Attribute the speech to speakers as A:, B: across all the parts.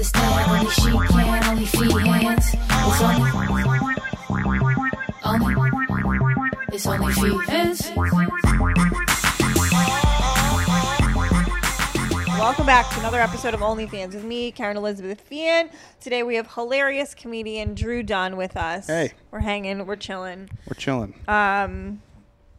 A: Only she can, only she hands. It's only, only, it's only she hands.
B: Welcome back to another episode of OnlyFans with me, Karen Elizabeth Fian. Today we have hilarious comedian Drew Dunn with us.
C: Hey.
B: We're hanging, we're chilling.
C: We're chilling.
B: Um,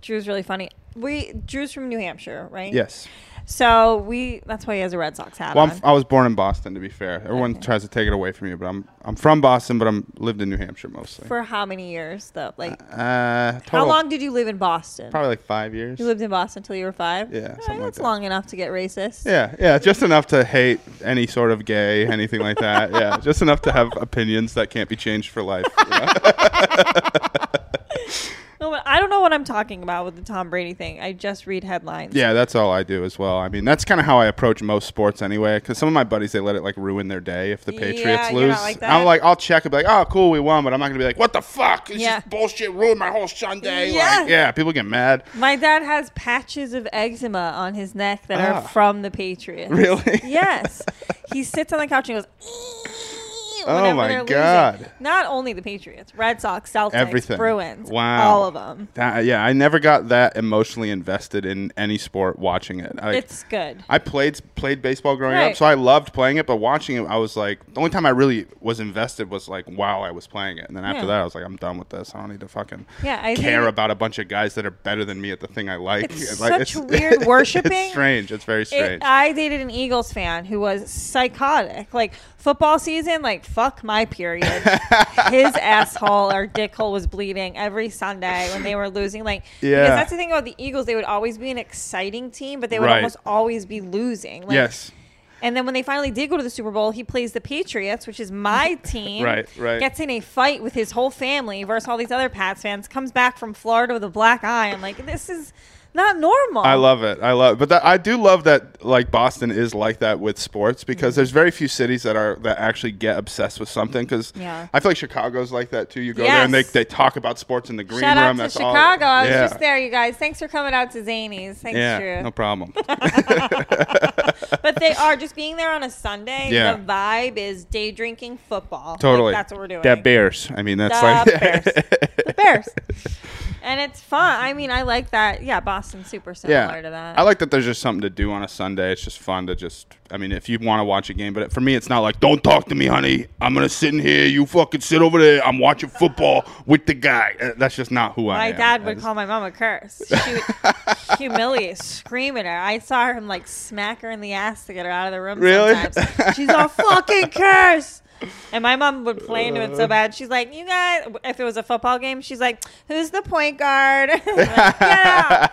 B: Drew's really funny. We Drew's from New Hampshire, right?
C: yes.
B: So we that's why he has a Red Sox hat
C: Well, I'm,
B: on.
C: f- I was born in Boston. To be fair, everyone tries to take it away from you, but I'm I'm from Boston, but I'm lived in New Hampshire mostly.
B: For how many years though? Like
C: uh, total,
B: how long did you live in Boston?
C: Probably like five years.
B: You lived in Boston until you were five.
C: Yeah,
B: All right,
C: something like
B: that's
C: that.
B: long enough to get racist.
C: yeah, yeah, just enough to hate any sort of gay, anything like that. Yeah, just enough to have opinions that can't be changed for life. you know?
B: No, but I don't know what I'm talking about with the Tom Brady thing. I just read headlines.
C: Yeah, that's all I do as well. I mean, that's kind of how I approach most sports anyway. Because some of my buddies, they let it like ruin their day if the
B: Yeah,
C: Patriots
B: you're
C: lose.
B: not like that.
C: I'm like, I'll check and be like, oh, cool, we won, but I'm not gonna be like, what the fuck? This
B: Yeah.
C: is bullshit. Ruined my whole Sunday.
B: Yeah.
C: Like, yeah, people get mad.
B: My dad has patches of eczema on his neck that
C: Ah.
B: are from the Patriots.
C: Really?
B: Yes. he sits on the couch and goes. "Ee,"
C: Oh
B: whenever
C: my
B: they're losing.
C: God.
B: Not only the Patriots, Red Sox, Celtics,
C: Everything.
B: Bruins,
C: Wow.
B: all of them.
C: That- uh, yeah, I never got that emotionally invested in any sport watching it. I,
B: It's good.
C: I played played baseball growing
B: Right.
C: up, so I loved playing it. But watching it, I was like, the only time I really was invested was like while I was playing it, and then after
B: Yeah.
C: that, I was like, I'm done with this. I don't need to fucking
B: Yeah, I
C: care
B: think-
C: about a bunch of guys that are better than me at the thing I like.
B: It's
C: like,
B: such weird worshiping.
C: It's strange. It's very
B: It- uh,
C: strange.
B: I dated an Eagles fan who was psychotic. Like football season, like fuck my period. His asshole or dickhole was bleeding every Sunday when they were losing. Like because
C: Yeah.
B: that's the thing about the Eagles, they would always be an exciting team, but they would
C: Right.
B: almost always be losing. Like,
C: yes.
B: And then when they finally did go to the Super Bowl, he plays the Patriots, which is my team.
C: Right, right.
B: Gets in a fight with his whole family versus all these other Pats fans. Comes back from Florida with a black eye. I'm like, this is not normal.
C: I love it. I love, but that, I do love that like Boston is like that with sports because
B: Mm-hmm.
C: there's very few cities that are that actually get obsessed with something. Because
B: Yeah.
C: I feel like Chicago's like that too. You go there and they,
B: Yes.
C: they talk about sports in the green
B: Shout
C: room.
B: out to
C: That's all-
B: Chicago. I was
C: Yeah.
B: just there, you guys. Thanks for coming out to Zanies. Thanks,
C: Yeah,
B: Drew.
C: no problem.
B: But they are just being there on a Sunday.
C: Yeah.
B: The vibe is day drinking football. Like,
C: totally,
B: that's what we're doing.
C: That Bears. I mean, that's
B: The
C: like
B: Bears. The Bears. And it's fun. I mean, I like that. Yeah, Boston's super similar
C: yeah.
B: to that.
C: I like that. There's just something to do on a Sunday. It's just fun to just. I mean, if you want to watch a game, but for me, it's not like don't talk to me, honey. I'm gonna sit in here. You fucking sit over there. I'm watching football with the guy. Uh, That's just not who I
B: my
C: am.
B: dad
C: I
B: would
C: just-
B: call my mom a curse. She would humiliate, scream at her. I saw him like smack her in the ass to get her out of the room.
C: Really?
B: Sometimes. She's a fucking curse. And my mom would play into it
C: Uh.
B: so bad. She's like, "You guys, if it was a football game, she's like, who's the point guard? I'm like, Get out.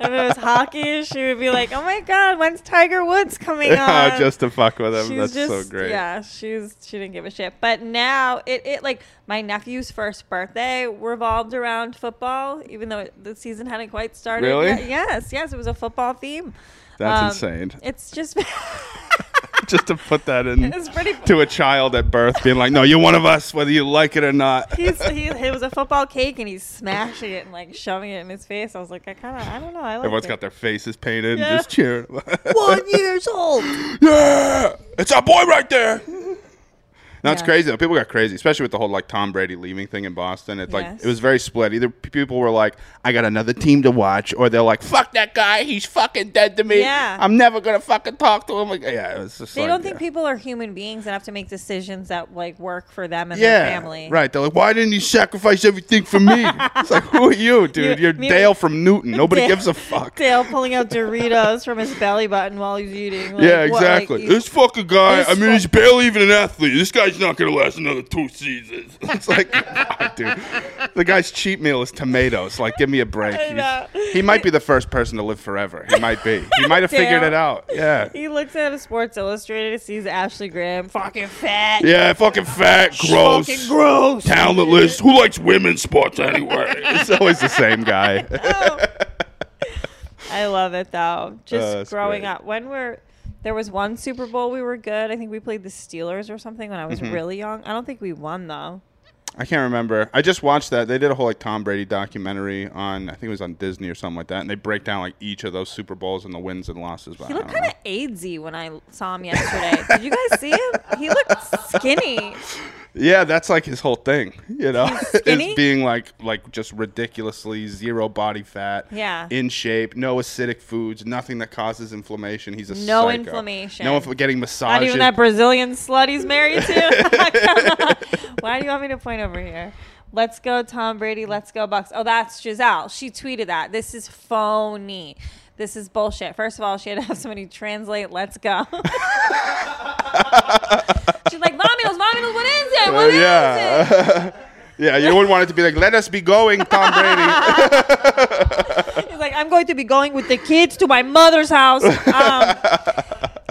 B: if it was hockey, she would be like, "Oh my god, when's Tiger Woods coming on?"
C: just to fuck with him.
B: She's
C: That's so
B: just-
C: great.
B: Yeah, she's she didn't give a shit. But now it, it like my nephew's first birthday revolved around football, even though it, the season hadn't quite started.
C: Really?
B: yet. yes, yes, it was a football theme.
C: That's
B: Um,
C: insane.
B: It's just
C: just to put that in
B: it's pretty.
C: to a child at birth, being like, "No, you're one of us, whether you like it or not."
B: He's, he, it was a football cake and he's smashing it and like shoving it in his face. I was like, I kind of, I don't know. I like
C: Everyone's
B: it.
C: got their faces painted
B: Yeah.
C: and just cheering.
B: one years old.
C: yeah, it's our boy right there. No, it's
B: Yeah.
C: crazy. though. People got crazy, especially with the whole like Tom Brady leaving thing in Boston. It's like
B: Yes.
C: it was very split. Either p- people were like, "I got another team to watch," or they're like, "Fuck that guy, he's fucking dead to me.
B: Yeah.
C: I'm never gonna fucking talk to him." Like, yeah, it was just.
B: They
C: like,
B: don't think
C: yeah.
B: people are human beings and have to make decisions that like work for them and
C: yeah,
B: their family.
C: Right. They're like, why didn't you sacrifice everything for me? it's like, who are you, dude?
B: You-
C: You're
B: me-
C: Dale from Newton. Nobody
B: Dale-
C: gives a fuck.
B: Dale pulling out Doritos from his belly button while he's eating. Like,
C: yeah,
B: what, like,
C: exactly.
B: you-
C: this fucking guy,
B: this
C: I mean, he's
B: fuck-
C: barely even an athlete. This guy's not going to last another two seasons. It's like, God, dude. The guy's cheat meal is tomatoes. Like, give me a break.
B: I
C: He's-
B: know.
C: He might be the first person to live forever. He might be. He might have
B: Dale.
C: figured it out. Yeah.
B: he looks at a Sports Illustrated, sees Ashley Graham, fucking fat.
C: Yeah, fucking fat, gross,
B: Fucking gross.
C: talentless. Who likes women's sports anyway? It's always the same guy.
B: Oh. I love it though. Just
C: Oh, that's
B: growing
C: great.
B: up, when we're there was one
C: Mm-hmm.
B: Super Bowl we were good. I think we played the Steelers or something when I was really young. I don't think we won though.
C: I can't remember. I just watched that. They did a whole like Tom Brady documentary on I think it was on Disney or something like that, and they break down like each of those Super Bowls and the wins and losses. But
B: He
C: I
B: looked
C: don't
B: kind
C: know.
B: of AIDSy when I saw him yesterday. Did you guys see him? He looked skinny.
C: Yeah, that's like his whole thing, you know,
B: skinny?
C: is being like like just ridiculously zero body fat.
B: Yeah.
C: in shape, no acidic foods, nothing that causes inflammation. He's a
B: No
C: psycho.
B: inflammation.
C: No, inf- getting
B: Not
C: massages.
B: even that Brazilian slut he's married to. Come on. Why do you want me to point over here? Let's go, Tom Brady. Let's go, Bucks. Oh, that's Giselle. She tweeted that. This is phony. This is bullshit. First of all, she had to have somebody translate. Let's go. She's like, "Vámonos, vámonos. What is it? What
C: Uh,
B: is it?"
C: yeah, yeah. You wouldn't want it to be like, "Let us be going, Tom Brady."
B: He's like, I'm going to be going with the kids to my mother's house. Um,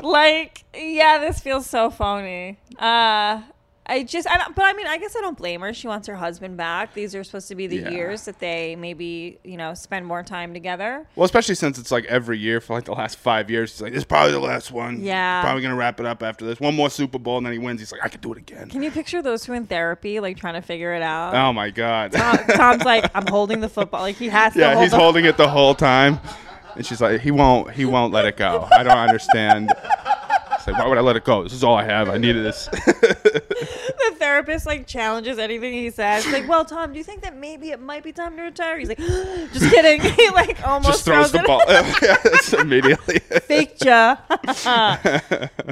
B: like, yeah, this feels so phony. Uh, I just, I don't, but I mean, I guess I don't blame her. She wants her husband back. These are supposed to be the
C: Yeah.
B: years that they maybe, you know, spend more time together.
C: well, especially since it's like every year for like the last five years. He's like, "This is probably the last one.
B: Yeah.
C: probably gonna wrap it up after this. One more Super Bowl, and then he wins. He's like, I could do it again."
B: Can you picture those two in therapy, like trying to figure it out?
C: Oh my god.
B: Tom, Tom's like, I'm holding the football. Like, he has to
C: Yeah,
B: hold
C: he's
B: the
C: holding it the whole time. And she's like, he won't, he won't let it go. I don't understand. It's like, why would I let it go? This is all I have. I needed this.
B: the therapist like challenges anything he says. Like, well, Tom, do you think that maybe it might be time to retire? He's like, just kidding. he like almost
C: Just throws the
B: it.
C: ball Yeah, it's immediately.
B: Faked ya.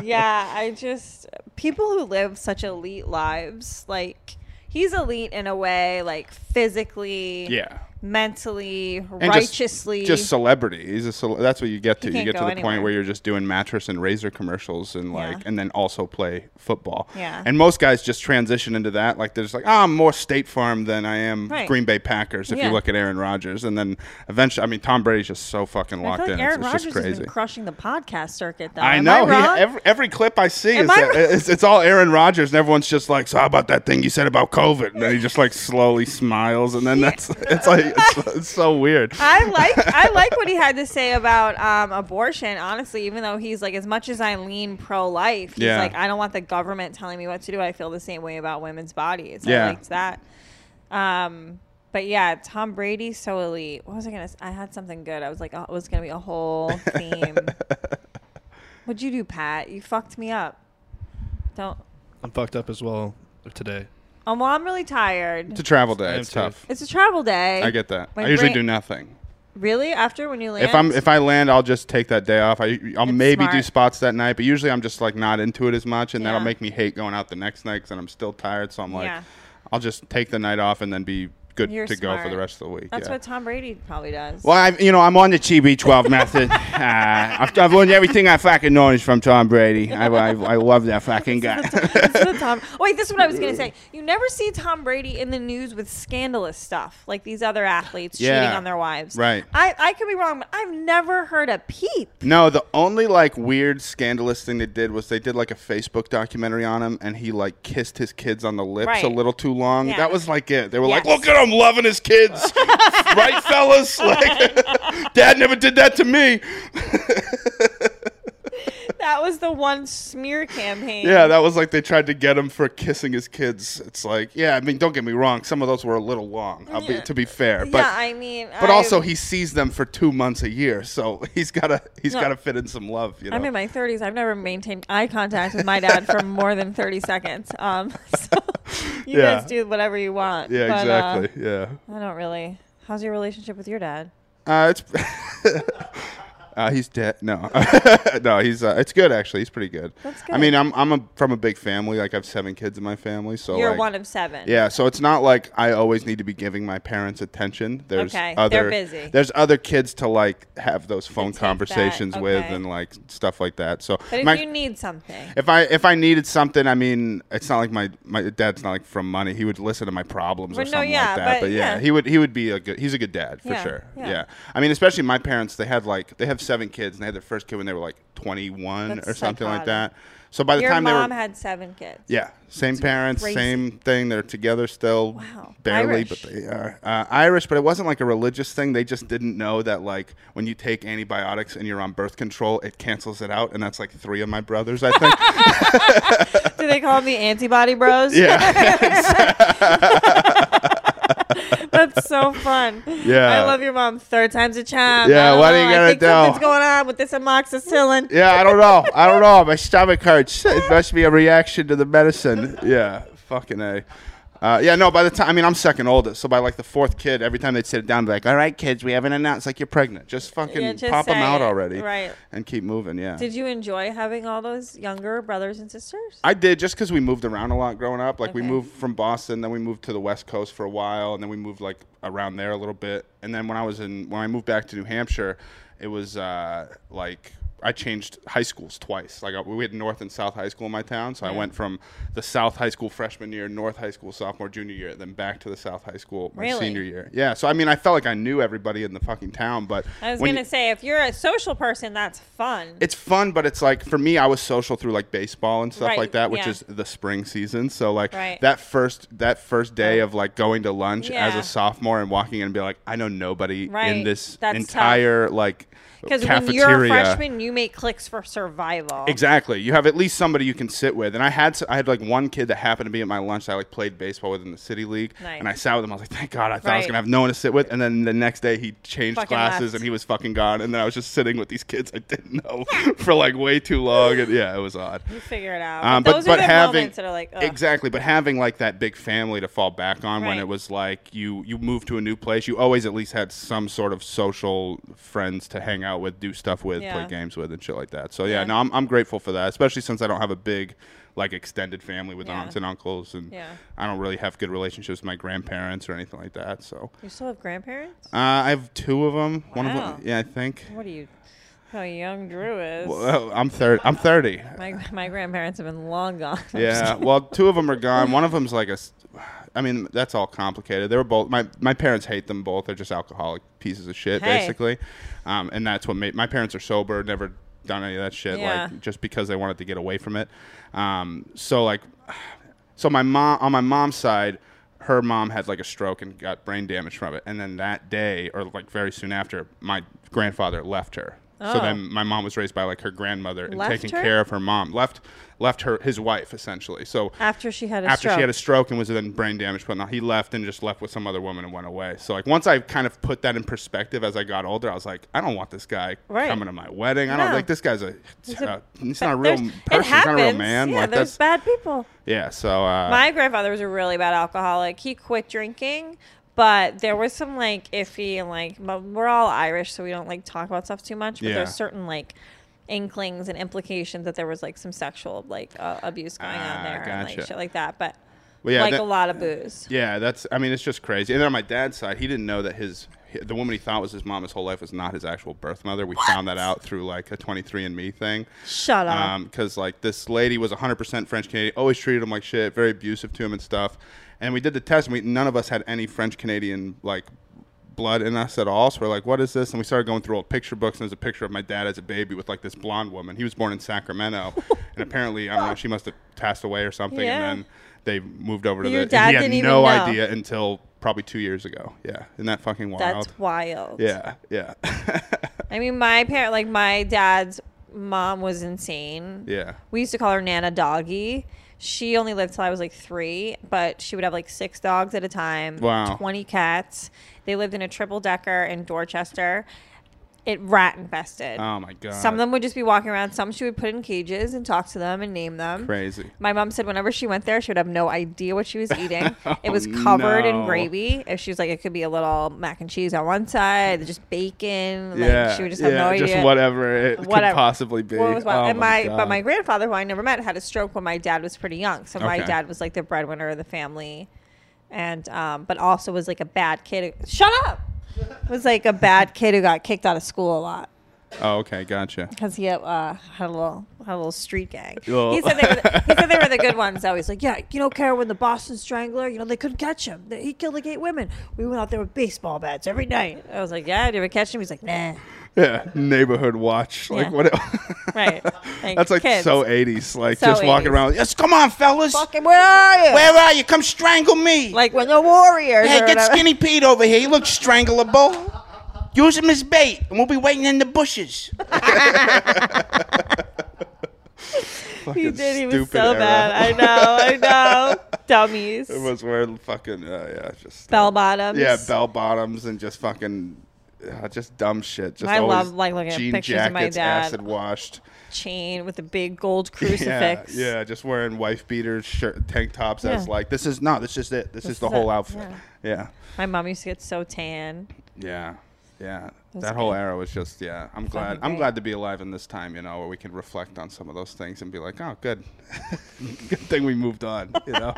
B: yeah, I just people who live such elite lives, like he's elite in a way, like physically,
C: Yeah.
B: mentally,
C: And just-
B: righteously.
C: just, celebrity. He's a cele- that's what you get to.
B: can't
C: You get to
B: go
C: the
B: anywhere.
C: point where you're just doing mattress and razor commercials and like,
B: Yeah.
C: and then also play football.
B: Yeah.
C: And most guys just transition into that. Like they're just like, oh, I'm more State Farm than I am
B: Right.
C: Green Bay Packers. If
B: Yeah.
C: you look at Aaron Rodgers, and then eventually, I mean, Tom Brady's just so fucking
B: I
C: locked
B: feel like
C: in.
B: Aaron
C: it's, it's
B: Rodgers
C: just
B: has
C: crazy.
B: been crushing the podcast circuit, though.
C: I
B: Am
C: know.
B: wrong?
C: He, every, every clip I see
B: Am
C: is
B: I
C: that,
B: wrong?
C: it's, it's all Aaron Rodgers, and everyone's just like, "So how about that thing you said about COVID?" And then he just like slowly smiles, and then that's it's like it's, it's so weird.
B: I like I like what he had to say about um, abortion. Honestly, even though he's like, as much as I lean pro life, he's
C: Yeah.
B: like, I don't want the government telling me what to do. I feel the same way about women's bodies. I
C: Yeah.
B: liked that. Um, but yeah, Tom Brady so elite. What was I gonna? s- I had something good. I was like, oh, it was gonna be a whole theme. What'd you do, Pat? You fucked me up. Don't.
D: I'm fucked up as well today.
B: Oh, well, I'm really tired.
C: It's a travel day.
D: I'm
C: It's
D: too.
C: tough.
B: It's a travel day.
C: I get that.
B: My
C: I usually
B: brain-
C: do nothing.
B: Really? After when you land?
C: If I'm if I land, I'll just take that day off. I I'll
B: It's
C: maybe do
B: smart.
C: spots that night, but usually I'm just like not into it as much, and that'll
B: Yeah.
C: make me hate going out the next night, and I'm still tired. So I'm like,
B: Yeah.
C: I'll just take the night off and then be good
B: You're
C: to go for
B: smart.
C: the rest of the week.
B: That's
C: yeah.
B: what Tom Brady probably does.
E: Well, I, you know, I'm on the TB12 method. Uh, I've, I've learned everything I fucking know is from Tom Brady. I, I, I love that fucking guy.
B: This is the Tom- oh, wait, this is what I was gonna say. You never see Tom Brady in the news with scandalous stuff like these other athletes cheating
C: Yeah,
B: on their wives.
C: right.
B: I, I could be wrong, but I've never heard a peep.
C: No, the only like weird scandalous thing they did was they did like a Facebook documentary on him, and he like kissed his kids on the lips
B: Right.
C: a little too long.
B: Yeah.
C: That was like it. They were like,
B: Yes.
C: "Look at him loving his kids, right, fellas? Like, Dad never did that to me."
B: That was the one smear campaign.
C: Yeah, that was like they tried to get him for kissing his kids. It's like, yeah, I mean, don't get me wrong. Some of those were a little long. I'll be, to be fair, but
B: yeah. I mean,
C: but
B: I-
C: also he sees them for two months a year, so he's gotta he's
B: No.
C: gotta fit in some love. You know,
B: I'm in my 30s. I've never maintained eye contact with my dad for more than 30 seconds. Um, so you
C: Yeah.
B: guys do whatever you want.
C: yeah,
B: but, uh,
C: exactly, yeah.
B: I don't really. How's your relationship with your dad?
C: Uh, it's uh, he's dead. No, no, he's uh, it's good actually. He's pretty good.
B: That's
C: I
B: good.
C: mean, I'm I'm a, from a big family. Like I have seven kids in my family, so
B: You're
C: like,
B: one of seven.
C: Yeah, so it's not like I always need to be giving my parents attention. There's
B: Okay, they're
C: other
B: busy.
C: there's other kids to like have those phone
B: take that,
C: conversations with
B: okay.
C: and like stuff like that. So
B: But if
C: my-
B: you need something,
C: if I if I needed something, I mean, it's not like my my dad's not like from money. He would listen to my problems
B: Well,
C: or
B: no,
C: something
B: yeah,
C: like that.
B: but
C: But, yeah,
B: yeah.
C: he would he would be a good. He's a good dad for
B: Yeah,
C: sure.
B: yeah.
C: Yeah. I mean, especially my parents. They had like they have seven kids, and they had their first kid when they were like twenty one
B: That's
C: or something like
B: psychotic.
C: that. So by the
B: Your
C: time they
B: mom
C: were,
B: had seven kids.
C: yeah, same parents,
B: crazy.
C: same thing. They're together still,
B: Wow.
C: barely,
B: Irish.
C: but they are uh, Irish. But it wasn't like a religious thing. They just didn't know that like when you take antibiotics and you're on birth control, it cancels it out, and that's like three of my brothers, I think.
B: Do they call me antibody bros?
C: yeah,
B: That's so fun.
C: Yeah.
B: I love your mom. Third time's a charm.
C: Yeah,
B: I don't
C: what are you
B: know. I
C: gonna
B: think
C: do?
B: Something's going on with this amoxicillin.
C: yeah. I don't know. I don't know. My stomach hurts. It must be a reaction to the medicine. Yeah, fucking a. Uh, yeah, no. By the time, I mean, I'm second oldest, so by like the fourth kid, every time they'd sit down, be like, "All right, kids, we haven't announced like you're pregnant. Just fucking
B: Yeah, just
C: pop them
B: say
C: out
B: it.
C: already,
B: Right.
C: And keep moving. Yeah.
B: Did you enjoy having all those younger brothers and sisters?
C: I did just because we moved around a lot growing up. Like we
B: Okay.
C: moved from Boston, then we moved to the West Coast for a while, and then we moved like around there a little bit. And then when I was in, when I moved back to New Hampshire, it was uh, like I changed high schools twice. Like I, we had North and South High School in my town, so I went from the South High School freshman year, North High School sophomore, junior year, then back to the South High School my
B: Really?
C: senior year. Yeah, so I mean, I felt like I knew everybody in the fucking town, but
B: I was
C: when
B: gonna
C: you-
B: say if you're a social person, that's fun.
C: it's fun, but it's like for me, I was social through like baseball and stuff
B: Right,
C: like that, which
B: yeah.
C: is the spring season. So like
B: Right.
C: that first that first day of like going to lunch as
B: Yeah.
C: a sophomore and walking in and be like, I know nobody in
B: Right,
C: this
B: that's tough.
C: entire like
B: because
C: cafeteria.
B: when you're a freshman, you make clicks for survival.
C: Exactly. You have at least somebody you can sit with. And I had s- I had like one kid that happened to be at my lunch that I like played baseball with in the city league.
B: Nice.
C: And I sat with him. I was like, thank God. I thought I was
B: Right.
C: gonna have no one to sit with. And then the next day he changed
B: Fucking
C: classes
B: left.
C: and he was fucking gone. And then I was just sitting with these kids I didn't know for like way too long. And yeah, it was odd.
B: You figure it out.
C: Um,
B: but,
C: but
B: those
C: but
B: are the
C: having
B: moments that are like, ugh.
C: exactly, but having like that big family to fall back on when
B: Right.
C: it was like you you moved to a new place, you always at least had some sort of social friends to hang out with, do stuff with, play
B: Yeah.
C: games with, and shit like that. So yeah, no, I'm I'm grateful for that, especially since I don't have a big like extended family with
B: Yeah.
C: aunts and uncles, and
B: Yeah.
C: I don't really have good relationships with my grandparents or anything like that. So
B: you still have grandparents?
C: uh, I have two of them. One of
B: Wow.
C: them, yeah, I think.
B: What are you? How young Drew is.
C: Well, I'm thirty. I'm thirty.
B: my my grandparents have been long gone.
C: Yeah. Well, two of them are gone. One of them's like a. s- I mean, that's all complicated. They were both my my parents hate them both. They're just alcoholic pieces of shit,
B: Hey.
C: basically. Um, and that's what made my parents are sober. Never done any of that shit.
B: Yeah.
C: Like just because they wanted to get away from it. Um, so like, so my mom on my mom's side. Her mom had like a stroke and got brain damage from it. And then that day, or like very soon after, my grandfather left her. So
B: Oh.
C: then my mom was raised by like her grandmother and
B: Left
C: taking
B: her?
C: care of her mom. Left left her his wife essentially. So
B: After she had a
C: after
B: stroke.
C: she had a stroke and was then brain damaged, but now he left and just left with some other woman and went away. So like once I kind of put that in perspective as I got older, I was like, I don't want this guy
B: Right.
C: coming to my wedding. I don't
B: No.
C: like this guy's a he's,
B: He's a-
C: he's
B: But
C: not a real
B: there's-
C: person.
B: It
C: He's not a real
B: happens.
C: man.
B: Yeah,
C: like
B: there's
C: that's
B: bad people.
C: yeah. So uh,
B: My grandfather was a really bad alcoholic. He quit drinking, but there was some like iffy and like but we're all Irish, so we don't like talk about stuff too much. But
C: Yeah.
B: there's certain like inklings and implications that there was like some sexual like uh, abuse going
C: Ah,
B: on there and
C: gotcha.
B: like shit like that. But
C: Well, yeah,
B: like
C: that-
B: a lot of booze.
C: Yeah, that's. I mean, it's just crazy. And then on my dad's side, he didn't know that his the woman he thought was his mom his whole life was not his actual birth mother. We found that out through like a 23andMe thing.
B: Shut up.
C: Because Um, like this lady was 100% French Canadian, always treated him like shit, very abusive to him and stuff. And we did the test, and we none of us had any French Canadian like blood in us at all. So we're like, what is this? And we started going through old picture books, and there's a picture of my dad as a baby with like this blonde woman. He was born in Sacramento, and apparently, I don't know, she must have passed away or something,
B: Yeah.
C: and then. They moved over to
B: Your
C: the.
B: dad
C: and he had
B: didn't even
C: no
B: know.
C: idea until probably two years ago. Yeah, isn't that fucking wild?
B: That's wild.
C: yeah, yeah,
B: I mean, my parent, like my dad's mom, was insane.
C: yeah.
B: We used to call her Nana Doggy. She only lived till I was like three, but she would have like six dogs at a time.
C: Wow.
B: Twenty cats. They lived in a triple decker in Dorchester. It rat infested.
C: Oh my god.
B: Some of them would just be walking around. Some she would put in cages and talk to them and name them.
C: crazy.
B: My mom said whenever she went there, she would have no idea what she was eating. it was covered
C: Oh, no.
B: in gravy. If she was like, it could be a little mac and cheese on one side, just bacon.
C: yeah,
B: like, she would just have
C: yeah,
B: no idea.
C: just whatever it could
B: Whatever.
C: possibly be.
B: Well, it was wild.
C: Oh
B: and my,
C: God.
B: but my grandfather, who I never met, had a stroke when my dad was pretty young. So my
C: Okay.
B: dad was like the breadwinner of the family, and um, but also was like a bad kid. who- Shut up. was like a bad kid who got kicked out of school a lot
C: Oh, okay, gotcha.
B: because he uh, had a little had a little street gang.
C: Oh.
B: He said they were the, he said they were the good ones. Though he's like, yeah, you know, Karen, when the Boston Strangler, you know, they couldn't catch him. They- He killed like eight women. We went out there with baseball bats every night. I was like, yeah, did you ever catch him? He's like, nah.
C: yeah, neighborhood watch. Like
B: Yeah.
C: what?
B: Right. Like,
C: That's like
B: kids.
C: so 80s. Like
B: So
C: just walking
B: 80s.
C: around. Yes, come on, fellas.
B: Fucking, where are you?
C: Where are you? Come strangle me.
B: Like when the warriors.
C: hey,
B: or
C: get
B: whatever.
C: Skinny Pete over here. He looks strangleable. Use him as bait, and we'll be waiting in the bushes.
B: He
C: Fucking
B: did. He was
C: stupid
B: so
C: era.
B: bad. I know. I know. Dummies.
C: It was wearing fucking uh, yeah, just
B: Bell bottoms.
C: yeah, bell bottoms and just fucking uh, just dumb shit. Just
B: I
C: always
B: love, like, looking at
C: jean
B: pictures
C: jackets,
B: of my dad.
C: acid washed.
B: Chain with a big gold crucifix.
C: Yeah, yeah, just wearing wife beaters, shirt, tank tops. That's
B: Yeah.
C: like this is no, this is it. This, is the
B: is
C: whole
B: it,
C: outfit. Yeah,
B: My mom used to get so tan.
C: yeah, yeah.
B: was
C: That whole
B: good.
C: era was just yeah. I'm glad.
B: fucking
C: I'm
B: great.
C: glad to be alive in this time. You know, where we can reflect on some of those things and be like, oh, good, good thing we moved on. You know,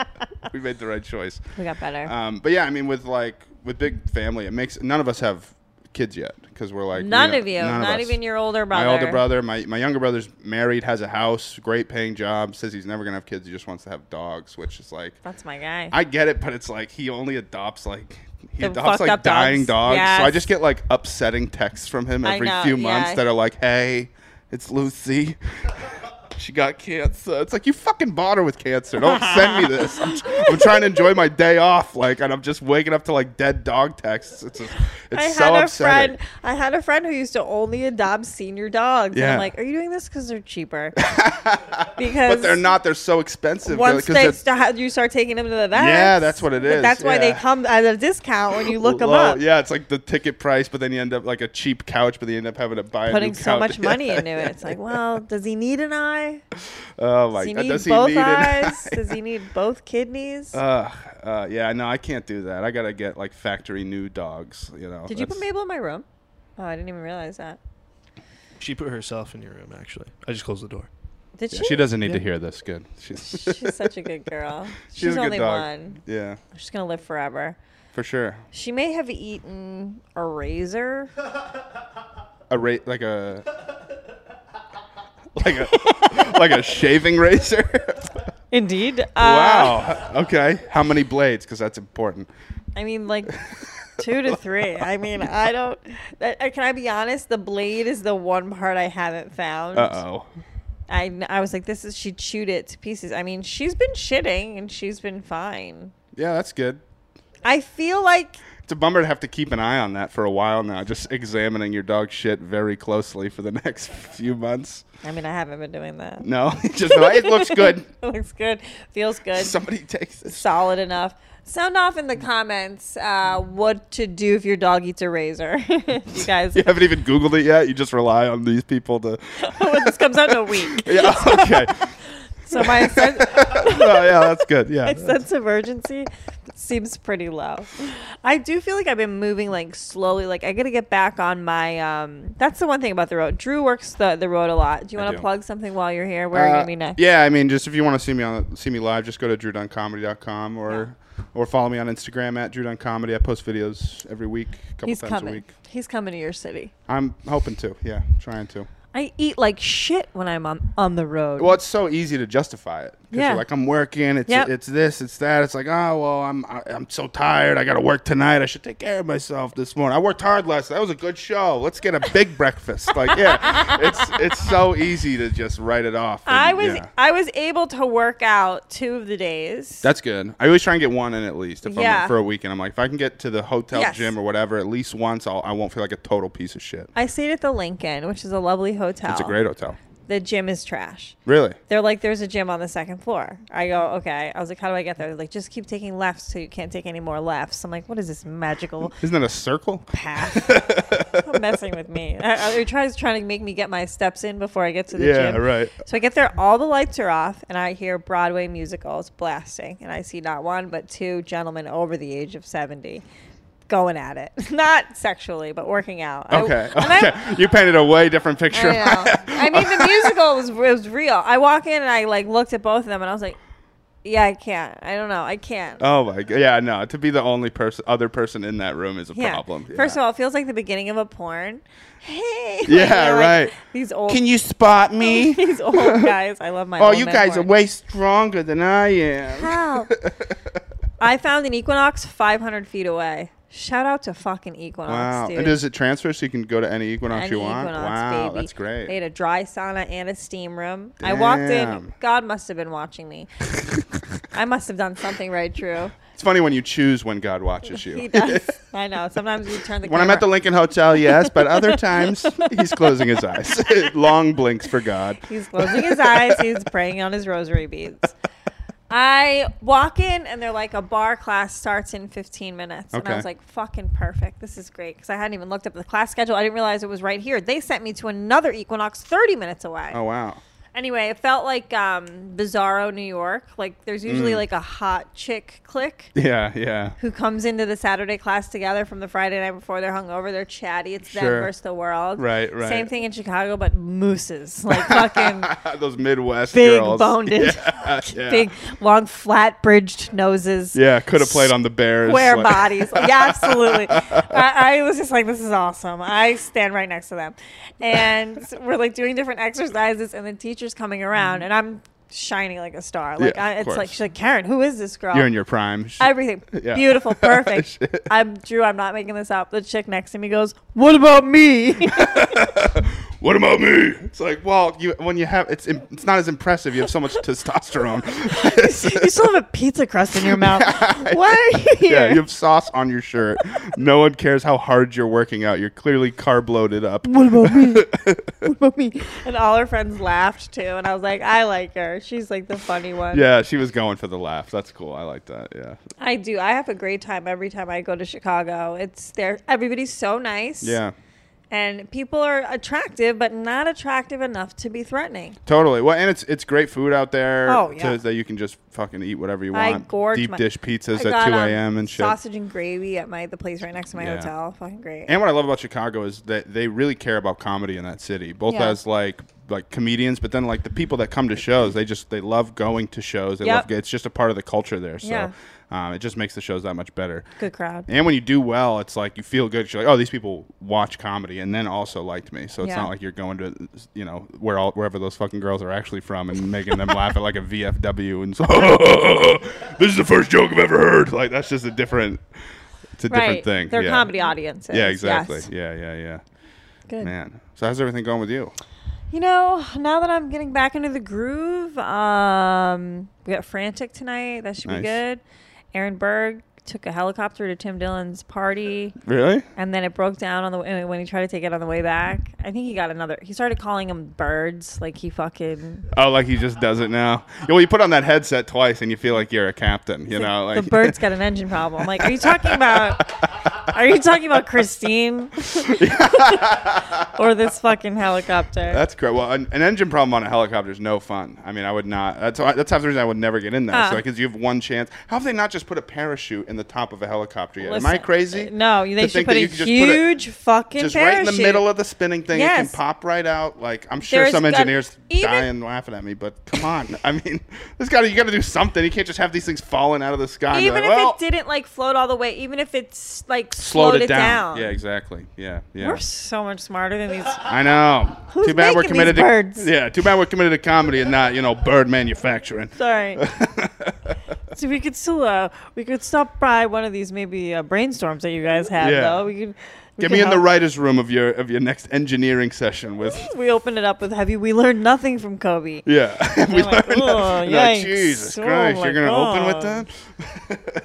C: we made the right choice.
B: We got better.
C: Um, but yeah, I mean, with like with big family, it makes none of us have kids yet because we're like we
B: None
C: don't-
B: of you.
C: none of
B: not
C: us.
B: even your older brother.
C: My older brother, my, my younger brother's married, has a house, great paying job, says he's never gonna have kids, he just wants to have dogs, which is like
B: That's my guy.
C: I get it, but it's like he only adopts like he
B: The
C: adopts
B: fucked
C: like
B: up
C: dying dogs.
B: dogs.
C: So I
B: Yes.
C: just get like upsetting texts from him
B: I
C: every
B: know,
C: few months
B: yeah.
C: that are like, Hey, it's Lucy. She got cancer. It's like you fucking bought her with cancer. Don't send me this. I'm, I'm trying to enjoy my day off, like, and I'm just waking up to like dead dog texts. It's just, it's
B: I
C: so
B: had a
C: upsetting.
B: friend. I had a friend who used to only adopt senior dogs. And
C: Yeah.
B: I'm like, are you doing this because they're cheaper? because
C: But they're not. They're so expensive.
B: Once
C: because
B: they
C: they're-
B: start, you start taking them to the vet.
C: Yeah, that's what it is,
B: that's why they
C: yeah.
B: come at a discount when you look them
C: Well,
B: up.
C: Yeah, it's like the ticket price, but then you end up like a cheap couch, but then you end up having to buy a
B: Putting
C: new
B: so
C: couch.
B: much
C: Yeah.
B: money into it. It's like, well, does he need an eye?
C: Oh my
B: Does he
C: god,
B: need
C: does he
B: both
C: need it?
B: eyes? does he need both kidneys?
C: Ugh, uh, yeah, no, I can't do that. I gotta get like factory new dogs. You know.
B: Did you put
C: that's-
B: Mabel in my room? Oh, I didn't even realize that.
D: She put herself in your room, actually. I just closed the door.
B: Did
C: Yeah,
B: she?
C: she doesn't need to
D: Yeah.
C: hear this. Good. She's,
B: She's such a good girl. She's,
C: she's a
B: only
C: good dog.
B: one.
C: Yeah,
B: She's gonna live forever.
C: for sure.
B: She may have eaten a razor.
C: A ra- like a like a like a shaving razor.
B: Indeed. Uh,
C: wow. Okay. How many blades? Because that's important.
B: I mean, like two to three. I mean, I don't. That, uh, can I be honest? The blade is the one part I haven't found.
C: Uh oh.
B: I I was like, this is she chewed it to pieces. I mean, she's been shitting and she's been fine.
C: Yeah, that's good.
B: I feel like
C: It's a bummer to have to keep an eye on that for a while now, just examining your dog shit very closely for the next few months.
B: I mean I haven't been doing that.
C: No, just be like, it looks good.
B: Looks good, feels good,
C: Somebody takes it.
B: solid enough. Sound off in the comments uh, what to do if your dog eats a razor. you guys,
C: You haven't even Googled it yet. You just rely on these people to.
B: when this comes out in a week.
C: Yeah, okay.
B: So my sen-
C: no, yeah, that's good. Yeah.
B: my sense of urgency seems pretty low. I do feel like I've been moving like slowly. Like I gotta get back on my. Um, that's the one thing about the road. Drew works the the road a lot. Do you
C: I
B: want to
C: do.
B: plug something while you're here? Where are you
C: Uh,
B: gonna be next?
C: Yeah, I mean, just if you want to see me on see me live, just go to drewduncomedy.com or or follow me on Instagram at drewduncomedy. I post videos every week, a couple
B: He's
C: times a
B: coming.
C: week.
B: He's coming to your city.
C: I'm hoping to. Yeah, trying to.
B: I eat like shit when I'm on on the road.
C: Well, it's so easy to justify it. 'Cause
B: Yeah.
C: You're like I'm working. It's
B: Yep.
C: it's this. It's that. It's like oh well, I'm I, I'm so tired. I got to work tonight. I should take care of myself this morning. I worked hard last. That was a good show. Let's get a big breakfast. Like yeah, it's it's so easy to just write it off. and,
B: I was
C: yeah.
B: I was able to work out two of the days.
C: That's good. I always try and get one in at least if
B: Yeah.
C: I'm for a weekend. I'm like, if I can get to the hotel
B: Yes.
C: gym or whatever at least once, I'll, I won't feel like a total piece of shit.
B: I stayed at the Lincoln, which is a lovely hotel.
C: It's a great hotel.
B: The gym is trash.
C: Really?
B: They're like, there's a gym on the second floor. I go, okay. I was like, how do I get there? They're like, just keep taking lefts so you can't take any more lefts. I'm like, what is this magical
C: Isn't that a circle?
B: path? Stop messing with me. I, I, they're trying, trying to make me get my steps in before I get to the
C: Yeah,
B: gym.
C: right.
B: So I get there, all the lights are off, and I hear Broadway musicals blasting, and I see not one but two gentlemen over the age of 70 going at it. Not sexually, but working out. I-
C: Okay.
B: and I-
C: okay. You painted a way different picture.
B: I know. I mean, the musical was was real. I walk in and I like looked at both of them and I was like, "Yeah, I can't. I don't know. I can't."
C: Oh my god! Yeah, no. To be the only person, other person in that room is a
B: yeah.
C: problem.
B: First of all, it feels like the beginning of a porn. Hey. Like,
C: Yeah,
B: they're, like,
C: right.
B: These old.
E: Can you spot me?
B: these old guys. I love my.
C: oh,
B: old
C: you
B: men
C: guys are
B: porn.
C: way stronger than I am.
B: Help. I found an Equinox 500 feet away. Shout out to fucking Equinox,
C: Wow.
B: dude.
C: And does it transfer so you can go to any Equinox
B: Any
C: you want?
B: Equinox,
C: wow,
B: baby.
C: that's great.
B: They had a dry sauna and a steam room. I walked in.
C: Damn.
B: God must have been watching me. I must have done something right, Drew.
C: It's funny when you choose when God watches
B: He
C: you.
B: does. I know. Sometimes we turn the.
C: When I'm
B: camera-
C: at the Lincoln Hotel, yes, but other times he's closing his eyes. Long blinks for God.
B: He's closing his eyes. He's praying on his rosary beads. I walk in and they're like, a bar class starts in 15 minutes. And I
C: Okay.
B: was like, fucking perfect. This is great. Because I hadn't even looked up the class schedule. I didn't realize it was right here. They sent me to another Equinox 30 minutes away.
C: Oh wow.
B: Anyway, it felt like um, Bizarro New York. Like, there's
C: Mm.
B: usually like a hot chick clique
C: Yeah, yeah.
B: who comes into the Saturday class together from the Friday night before they're hungover. They're chatty. It's them
C: Sure.
B: versus the world.
C: Right, right.
B: Same thing in Chicago, but mooses. Like, fucking.
C: Those Midwest
B: big
C: girls.
B: boned,
C: Yeah, yeah.
B: big long flat bridged noses.
C: Yeah, could have played on the Bears.
B: Square
C: like-
B: bodies. Yeah, absolutely. I, I was just like, this is awesome. I stand right next to them. And we're like doing different exercises, and the teacher's coming around, and I'm shining like a star. Like,
C: Mm-hmm. Yeah,
B: I,
C: of
B: it's like,
C: course.
B: she's like, Karen, who is this girl?
C: You're in your prime.
B: Everything.
C: Yeah.
B: Beautiful. Perfect. I'm Drew. I'm not making this up. The chick next to me goes, What about me?
C: What about me? It's like, well, you when you have it's im- it's not as impressive. You have so much testosterone.
B: you still have a pizza crust in your mouth. Why are you here?
C: Yeah, you have sauce on your shirt. No one cares how hard you're working out. You're clearly carb loaded up.
B: what about me? What about me? And all her friends laughed too. And I was like, I like her. She's like the funny one.
C: Yeah, she was going for the laugh. That's cool. I like that. Yeah.
B: I do. I have a great time every time I go to Chicago. It's there. Everybody's so nice.
C: Yeah.
B: And people are attractive, but not attractive enough to be threatening.
C: Totally. Well, and it's it's great food out there.
B: Oh,
C: to-
B: yeah.
C: that you can just fucking eat whatever you
B: I
C: want.
B: gorged
C: Deep
B: my-
C: dish pizzas
B: I got,
C: at two
B: um,
C: a.m. and shit.
B: Sausage and gravy at my the place right next to my
C: Yeah.
B: hotel. Fucking great.
C: And what I love about Chicago is that they really care about comedy in that city, both
B: Yeah.
C: as like like comedians, but then like the people that come to shows, they just they love going to shows. They
B: Yep.
C: love it's just a part of the culture there. So
B: Yeah.
C: um, it just makes the shows that much better.
B: Good crowd.
C: And when you do well, it's like you feel good. 'cause You're like, oh, these people watch comedy and then also liked me. So it's
B: Yeah.
C: not like you're going to, you know, where all wherever those fucking girls are actually from and making them laugh at like a VFW and so this is the first joke I've ever heard. Like that's just a different, it's a different thing.
B: They're
C: Yeah.
B: comedy audiences.
C: Yeah, exactly.
B: Yes.
C: Yeah, yeah, yeah.
B: Good.
C: Man, so how's everything going with you?
B: You know, now that I'm getting back into the groove, um, we got Frantic tonight. That should be
C: Nice.
B: good. Aaron Berg took a helicopter to Tim Dillon's party,
C: Really?
B: and then it broke down on the way, when he tried to take it on the way back. I think he got another. He started calling them birds, like he fucking
C: Oh, like he just does it now. Well, you put on that headset twice and you feel like you're a captain. You know, like
B: the bird's got an engine problem. Like, are you talking about? Are you talking about Christine or this fucking helicopter?
C: That's great. Well, an, an engine problem on a helicopter is no fun. I mean, I would not. That's why- that's half the reason I would never get in
B: Ah.
C: that. So because you have one chance. How have they not just put a parachute in the top of a helicopter yet? Am I
B: Listen,
C: crazy?
B: uh, No, they
C: To
B: should
C: think
B: put
C: that
B: a
C: you could just put it
B: huge fucking
C: Just
B: parachute.
C: right in the middle of the spinning thing, it
B: Yes.
C: can pop right out. Like I'm sure
B: There's
C: some
B: got-
C: engineers
B: even-
C: dying laughing at me, but come on. I mean, this got to you got to do something. You can't just have these things falling out of the sky. and be
B: even if
C: like, well,
B: it didn't like float all the way, even if it's like
C: slowed,
B: slowed, it down.
C: Yeah, exactly. Yeah, yeah.
B: We're so much smarter than these.
C: I know.
B: Who's
C: too bad we're
B: making these
C: committed
B: birds?
C: to yeah. Too bad we're committed to comedy and not you know bird manufacturing.
B: Sorry. so we could still uh we could stop by one of these maybe uh, brainstorms that you guys have
C: Yeah.
B: though. We could we
C: Get
B: could
C: me in the
B: help-
C: writer's room of your of your next engineering session with
B: We open it up with heavy. We learned nothing from Kobe.
C: yeah. we
B: I'm like,
C: learned-
B: "Oh,
C: you're like,
B: yikes.
C: Jesus
B: Oh
C: Christ,
B: my
C: you're gonna open with
B: God."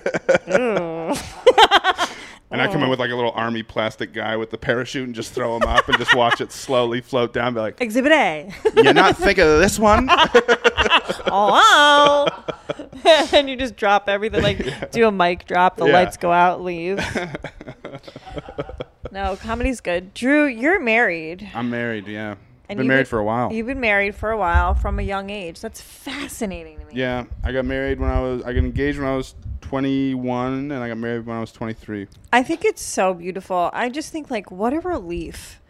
C: that? Oh.
B: Ew.
C: And I come in with like a little army plastic guy with the parachute and just throw him up and just watch it slowly float down. Be like,
B: Exhibit A.
C: you're not thinking of this one.
B: oh, wow. and you just drop everything. Like, do a mic drop. The
C: Yeah.
B: lights go out. Leave. no, comedy's good. Drew, you're married.
C: I'm married. Yeah,
B: And
C: been
B: you've
C: married for a while.
B: You've been married for a while from a young age. That's fascinating to me.
C: yeah, I got married when I was I got engaged when I was 21 and I got married when I was 23.
B: I think it's so beautiful. I just think like what a relief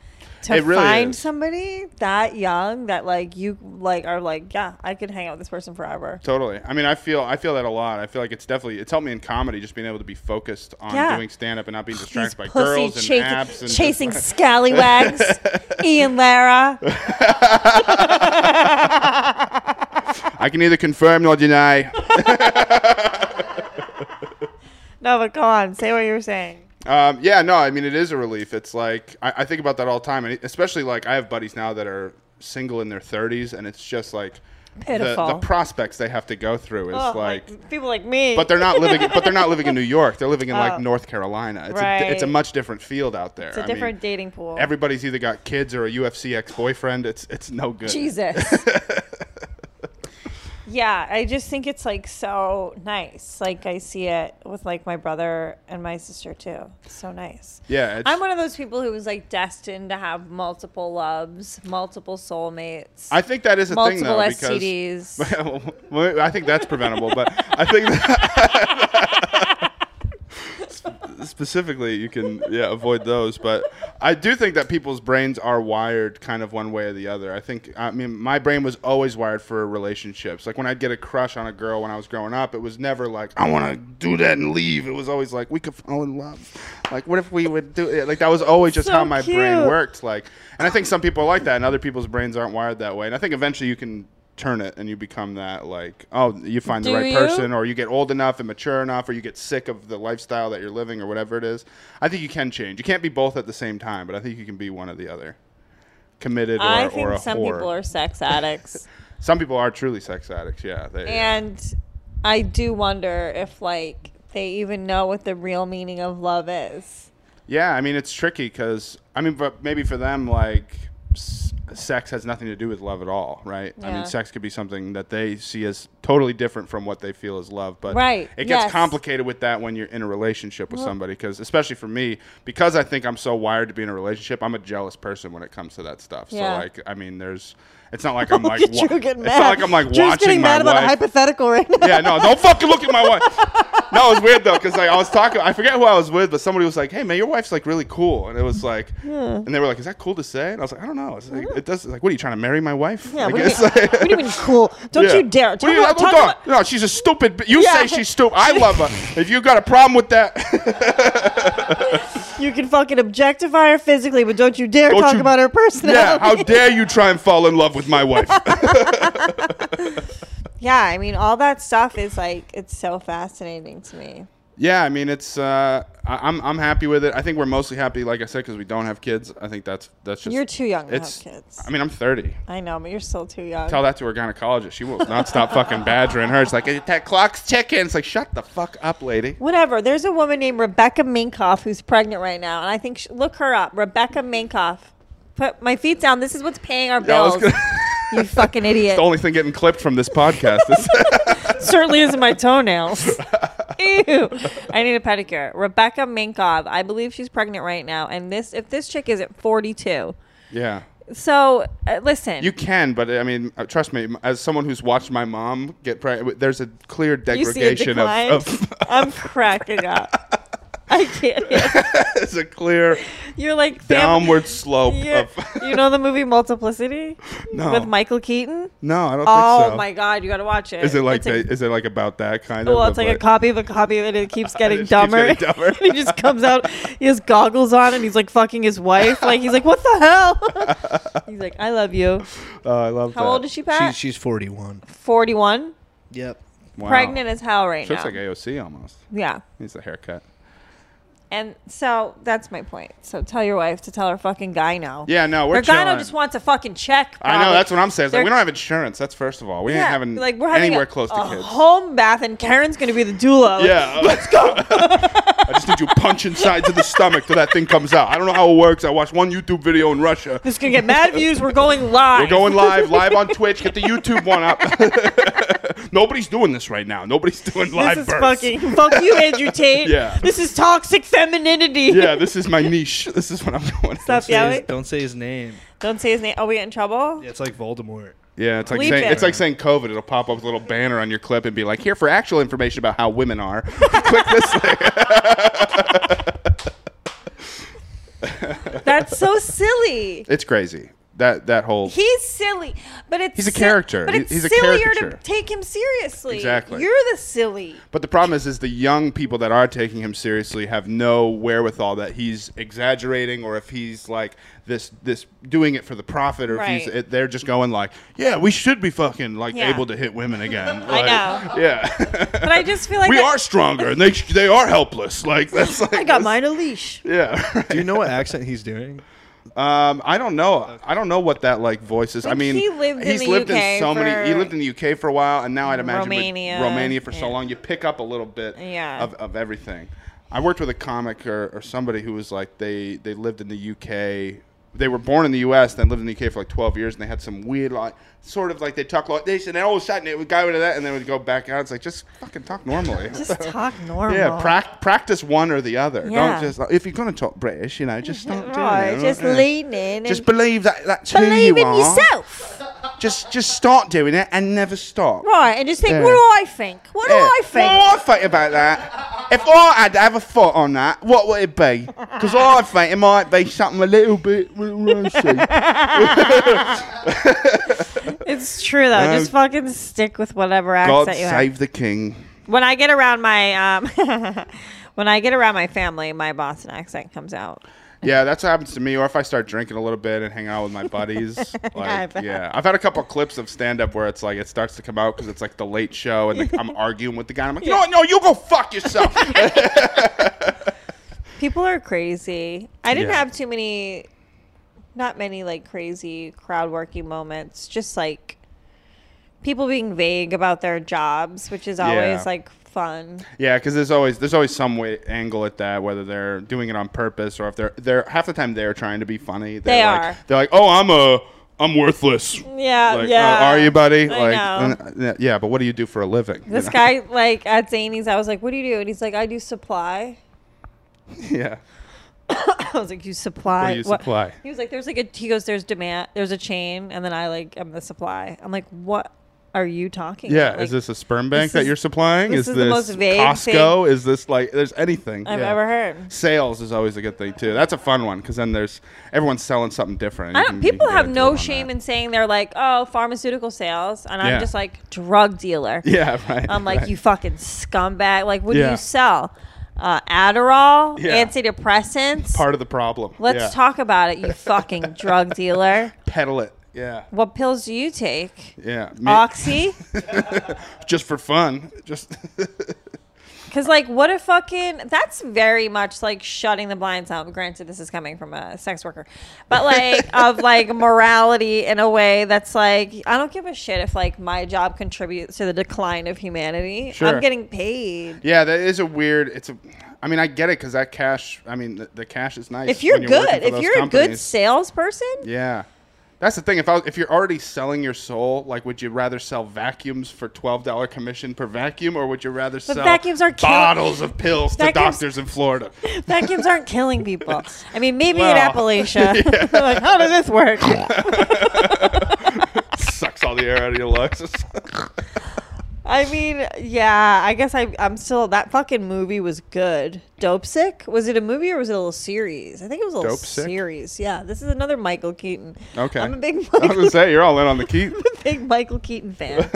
B: to
C: It really
B: find
C: is.
B: somebody that young that like you like are like, yeah, I could hang out with this person forever.
C: Totally. I mean, I feel I feel that a lot. I feel like it's definitely it's helped me in comedy just being able to be focused on
B: Yeah.
C: doing stand up and not being
B: These
C: distracted by
B: pussy
C: girls
B: chasing,
C: and apps and
B: chasing scallywags, Ian Lara.
C: I can neither confirm nor deny.
B: No, but go on, say what you were saying.
C: Um, yeah, no, I mean it is a relief. It's like I, I think about that all the time, and especially like I have buddies now that are single in their 30s, and it's just like the,
B: Pitiful.
C: the prospects they have to go through is
B: Oh,
C: like.
B: like people like me.
C: But they're not living. But they're not living in New York. They're living in
B: Oh.
C: like North Carolina. It's, a, it's a
B: Right.
C: much different field out there.
B: it's a
C: I mean,
B: different dating pool.
C: everybody's either got kids or a UFC ex-boyfriend. It's it's no good.
B: Jesus. yeah, I just think it's like so nice. Like I see it with like my brother and my sister too. So nice.
C: Yeah, it's,
B: I'm one of those people who was like destined to have multiple loves, multiple soulmates,
C: I think that is a thing
B: multiple
C: though because
B: STDs.
C: well, I think that's preventable, but I think that specifically you can yeah avoid those. But I do think that people's brains are wired kind of one way or the other. I think I mean my brain was always wired for relationships. Like when I'd get a crush on a girl when I was growing up, it was never like I want to do that and leave. It was always like we could fall in love. Like what if we would do it? Like that was always just
B: So
C: how my brain
B: cute.
C: worked worked. Like, and I think some people are like that, and other people's brains aren't wired that way. And I think eventually you can turn it and you become that like oh you find the
B: Do
C: right
B: you?
C: person or you get old enough and mature enough or you get sick of the lifestyle that you're living or whatever it is i think you can change you can't be both at the same time but i think you can be one or the other committed or,
B: I
C: or a
B: think some
C: whore.
B: people are sex addicts.
C: some people are truly sex addicts yeah they,
B: and I do wonder if like they even know what the real meaning of love is.
C: Yeah, I mean it's tricky because I mean, but maybe for them, like s- sex has nothing to do with love at all, right? I
B: Yeah.
C: mean, sex could be something that they see as totally different from what they feel is love, but
B: Right,
C: it gets
B: yes.
C: complicated with that when you're in a relationship with somebody. Because especially for me, because I think I'm so wired to be in a relationship, I'm a jealous person when it comes to that stuff.
B: Yeah.
C: So like, I mean, there's it's not like I'm like
B: Look at
C: wa-
B: Drew
C: it's
B: getting
C: not
B: mad.
C: like I'm like
B: Drew's
C: watching
B: getting
C: my
B: mad about a
C: wife-
B: hypothetical right now.
C: yeah, no, don't fucking look at my wife. No, it's weird though, because like I was talking, I forget who I was with, but somebody was like, "Hey man, your wife's like really cool," and it was like, and they were like, "Is that cool to say?" And I was like, "I don't know." It's like, it does like, what are you trying to marry my wife?
B: Yeah,
C: I
B: what,
C: guess.
B: do you, mean- what do you mean cool? Don't
C: Yeah.
B: you dare.
C: What
B: Talk
C: do you-
B: about,
C: well,
B: talk
C: don't.
B: about-
C: no, she's a stupid. But you
B: Yeah.
C: say she's stupid. I love her. If you got a problem with that,
B: you can fucking objectify her physically, but don't you dare
C: Don't
B: talk
C: you-
B: about her
C: yeah,
B: personality.
C: how dare you try and fall in love with my wife?
B: Yeah, I mean, all that stuff is like, it's so fascinating to me.
C: Yeah, I mean it's. Uh, I, I'm I'm happy with it. I think we're mostly happy, like I said, because we don't have kids. I think that's that's just
B: You're too young to have
C: it's-
B: kids.
C: I mean, I'm 30.
B: I know, but you're still too young.
C: Tell that to her gynecologist. She will not stop fucking badgering her. It's like "Eh, that clock's ticking. It's like shut the fuck up, lady.
B: Whatever. There's a woman named Rebecca Minkoff who's pregnant right now, and I think sh look her up. Rebecca Minkoff. Put my feet down. This is what's paying our
C: Yeah, I was
B: bills.
C: gonna-
B: you fucking idiot.
C: The only thing getting clipped from this podcast is
B: certainly isn't my toenails. Ew. I need a pedicure. Rebecca Minkov. I believe she's pregnant right now. And this, if this chick isn't 42.
C: yeah.
B: So uh, listen,
C: You can, but I mean, uh, trust me. m- As someone who's watched my mom get pregnant, there's a clear
B: You see a
C: degradation
B: decline.
C: of. of
B: I'm cracking up. I can't. handle-
C: it's a clear
B: You're like fam-
C: downward slope
B: you're-
C: of.
B: you know the movie Multiplicity
C: No,
B: with Michael Keaton?
C: no, I don't
B: Oh
C: think so.
B: my god, you gotta watch it.
C: Is it like
B: It's a-
C: they, is it like about that kind of?
B: well, it's
C: of
B: like a copy of a copy, and it keeps getting
C: just keeps
B: dumber.
C: getting dumber.
B: he just comes out. He has goggles on, and he's like fucking his wife. Like he's like, "What the hell?" he's like, "I love you."
C: Oh, I love
B: How
C: that.
B: old is she, Pat?
D: She's she's 41.
B: Forty-one,
D: Yep.
C: Wow.
B: pregnant as hell right
C: She looks
B: now.
C: like AOC almost.
B: yeah,
C: Needs a haircut.
B: and so that's my point. So tell your wife to tell her fucking guy no.
C: Yeah, no, we're
B: her guy no
C: chilling.
B: just wants a fucking check.
C: I know
B: probably.
C: that's what I'm saying. It's
B: They're-
C: like, we don't have insurance. That's first of all. We ain't
B: Yeah,
C: having
B: like we're having
C: anywhere
B: a,
C: close to
B: a
C: kids.
B: home bath, and Karen's gonna be the doula. Like,
C: yeah, let's go. I just need you punch inside to the stomach till that thing comes out. I don't know how it works. I watched one YouTube video in Russia.
B: This is gonna get mad views. We're going live.
C: We're going live, live on Twitch. Get the YouTube one up. Nobody's doing this right now. Nobody's doing live
B: This is
C: births.
B: fucking fuck you, Andrew Tate.
C: Yeah.
B: This is toxic femininity.
C: yeah, this is my niche. This is what I'm going.
B: Stop
C: after.
B: yelling.
D: Don't say his name.
B: Don't say his name. Oh, we get in trouble.
D: Yeah, it's like Voldemort.
C: Yeah, it's like
B: Bleep
C: saying,
B: it.
C: it's like saying COVID. It'll pop up with a little banner on your clip and be like, "Here for actual information about how women are." Click this link.
B: That's so silly.
C: It's crazy. that that whole
B: He's silly, but it's
C: He's a
B: si-
C: character.
B: But
C: He-
B: it's
C: he's a
B: sillier to
C: caricature.
B: take him seriously.
C: Exactly.
B: You're the silly.
C: But the problem is, is the young people that are taking him seriously have no wherewithal that he's exaggerating, or if he's like this, this doing it for the profit, or if he's,
B: Right.
C: it, they're just going like, yeah, we should be fucking like
B: Yeah.
C: able to hit women again.
B: I
C: Like,
B: know.
C: Yeah,
B: But I just feel like
C: we
B: I,
C: are stronger, and they sh- they are helpless. Like that's like
B: I got mine a leash.
C: yeah.
D: Do you know what accent he's doing?
C: Um, I don't know. I don't know what that like voice is. I
B: Like,
C: mean,
B: he lived in
C: he's
B: the
C: lived
B: UK
C: in so many. He
B: for-
C: lived in the UK for a while, and now I'd imagine with
B: Romania.
C: Romania for so
B: Yeah.
C: long, you pick up a little bit
B: Yeah.
C: of, of everything. I worked with a comic or, or somebody who was like they they lived in the UK. They were born in the U.S. then lived in the UK for like 12 years, and they had some weird like sort of like they talk like this, and they all sat and it would go into that, and they would go back out. It's like just fucking talk normally.
B: Just talk normal.
C: Yeah, prac- practice one or the other.
B: Yeah.
C: Don't just if you're gonna talk British, you know, just don't do
B: Right,
C: it.
B: just
C: Yeah.
B: lean in.
C: Just
B: and
C: believe that that's
B: believe
C: who
B: in
C: you are.
B: yourself.
C: Just just start doing it and never stop.
B: Right, and just think,
C: Yeah.
B: what do I think? What
C: Yeah.
B: do I think?
C: What I think about that? If I had to have a thought on that, what would it be? Because I think it might be something a little bit rosy.
B: It's true though. just
C: Uh,
B: fucking stick with whatever
C: God
B: accent you have.
C: save the king.
B: When I get around my um, when I get around my family, my Boston accent comes out.
C: Yeah, that's what happens to me. Or if I start drinking a little bit and hang out with my buddies, like
B: bet.
C: yeah, I've had a couple clips of stand up where it's like it starts to come out because it's like the late show and like, I'm arguing with the guy. I'm like, no, no, you go fuck yourself.
B: People are crazy. I didn't
C: Yeah.
B: have too many, not many like crazy crowd working moments. Just like people being vague about their jobs, which is always
C: Yeah.
B: like fun.
C: Yeah, because there's always there's always some way angle at that, whether they're doing it on purpose or if they're they're half the time they're trying to be funny. They're
B: They
C: like,
B: are.
C: They're like, oh, I'm a I'm worthless.
B: Yeah,
C: Like,
B: yeah.
C: "Oh, are you, buddy?
B: I
C: like,
B: know.
C: and- and- yeah, but what do you do for a living? You
B: This
C: know?
B: guy, like at Zany's, I was like, "What do you do?" And he's like, "I do supply."
C: yeah.
B: I was like, "You supply?
C: What do you supply?
B: He was like, "There's like a." He goes, "There's demand. There's a chain, and then I like am the supply." I'm like, "What are you talking?"
C: Yeah,
B: about?
C: is
B: Like,
C: this a sperm bank
B: this
C: that
B: is-
C: you're supplying?
B: this
C: is,
B: is the
C: this
B: most vague
C: Costco? Is this like there's anything
B: I've
C: yeah.
B: ever heard.
C: Sales is always a good thing too. That's a fun one because then there's everyone's selling something different.
B: I
C: You
B: don't.
C: can- you
B: People
C: can get
B: have
C: into
B: no
C: it on
B: shame
C: that.
B: in saying they're like, "Oh, pharmaceutical sales," and I'm
C: Yeah.
B: just like drug dealer.
C: Yeah, right.
B: I'm like,
C: right.
B: "You fucking scumbag! Like, what do
C: Yeah.
B: you sell? Uh, Adderall,
C: Yeah.
B: antidepressants."
C: part of the problem.
B: Let's
C: Yeah.
B: talk about it, you fucking drug dealer.
C: Peddle it. Yeah,
B: What pills do you take?
C: yeah. Me-
B: Oxy?
C: just for fun. Just
B: Because, like, what a fucking. That's very much like shutting the blinds out. Granted, this is coming from a sex worker, but like, of like morality in a way that's like, I don't give a shit if like my job contributes to the decline of humanity.
C: Sure.
B: I'm getting paid.
C: yeah, that is a weird. It's a. I mean, I get it because that cash. I mean, the, the cash is nice.
B: If you're,
C: when working
B: good,
C: for
B: if
C: those
B: you're a good
C: companies.
B: salesperson,
C: yeah. That's the thing. If I, was- if you're already selling your soul, like, would you rather sell vacuums for twelve dollar commission per vacuum, or would you rather sell
B: vacuums are kill-
C: bottles of pills to
B: Vacuums-
C: doctors in Florida?
B: vacuums aren't killing people. I mean, maybe in
C: Well,
B: Appalachia. like, how does this work?
C: Sucks all the air out of your lungs.
B: I mean, yeah, I guess I, I'm still. That fucking movie was good. Dope Sick? Was it a movie or was it a little series? I think it was a little
C: Dope Sick?
B: series. Yeah, this is another Michael Keaton.
C: Okay.
B: I'm a big
C: I was
B: Michael,
C: gonna say you're all in on the key.
B: big Michael Keaton fan.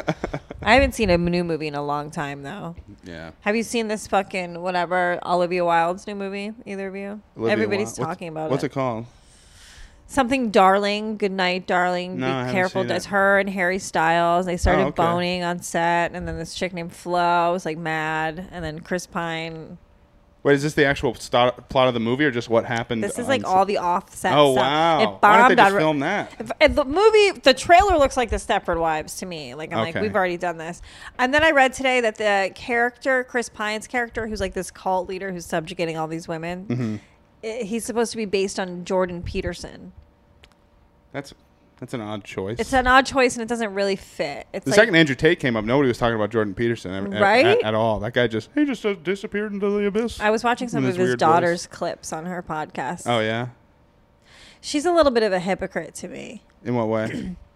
B: I haven't seen a new movie in a long time, though.
C: Yeah.
B: Have you seen this fucking whatever Olivia Wilde's new movie? Either of you?
C: Olivia
B: Everybody's
C: Wilde.
B: talking
C: what's,
B: about
C: What's
B: it.
C: it called?
B: Something, darling. Good night, darling.
C: No, I
B: Be
C: haven't
B: careful.
C: seen
B: It's
C: it.
B: her and Harry Styles. They started
C: Oh, okay.
B: boning on set, and then this chick named Flo was like mad, and then Chris Pine.
C: Wait, is this the actual sto- plot of the movie, or just what happened?
B: This is
C: on
B: like
C: set?
B: all the offset.
C: Oh
B: stuff.
C: wow!
B: It bombed
C: Why don't they just
B: on-
C: film that?
B: If- and the movie, the trailer looks like the Stepford Wives to me. Like I'm like,
C: Okay.
B: we've already done this. And then I read today that the character, Chris Pine's character, who's like this cult leader who's subjugating all these women,
C: Mm-hmm.
B: i- he's supposed to be based on Jordan Peterson.
C: That's that's an odd choice.
B: It's an odd choice, and it doesn't really fit. It's
C: the
B: like,
C: second Andrew Tate came up, nobody was talking about Jordan Peterson at, at-
B: Right?
C: at, at all. That guy just he just uh, disappeared into the abyss.
B: I was watching some
C: in
B: of
C: his
B: his
C: weird
B: daughter's clips on her podcast.
C: oh yeah,
B: She's a little bit of a hypocrite to me.
C: in what way?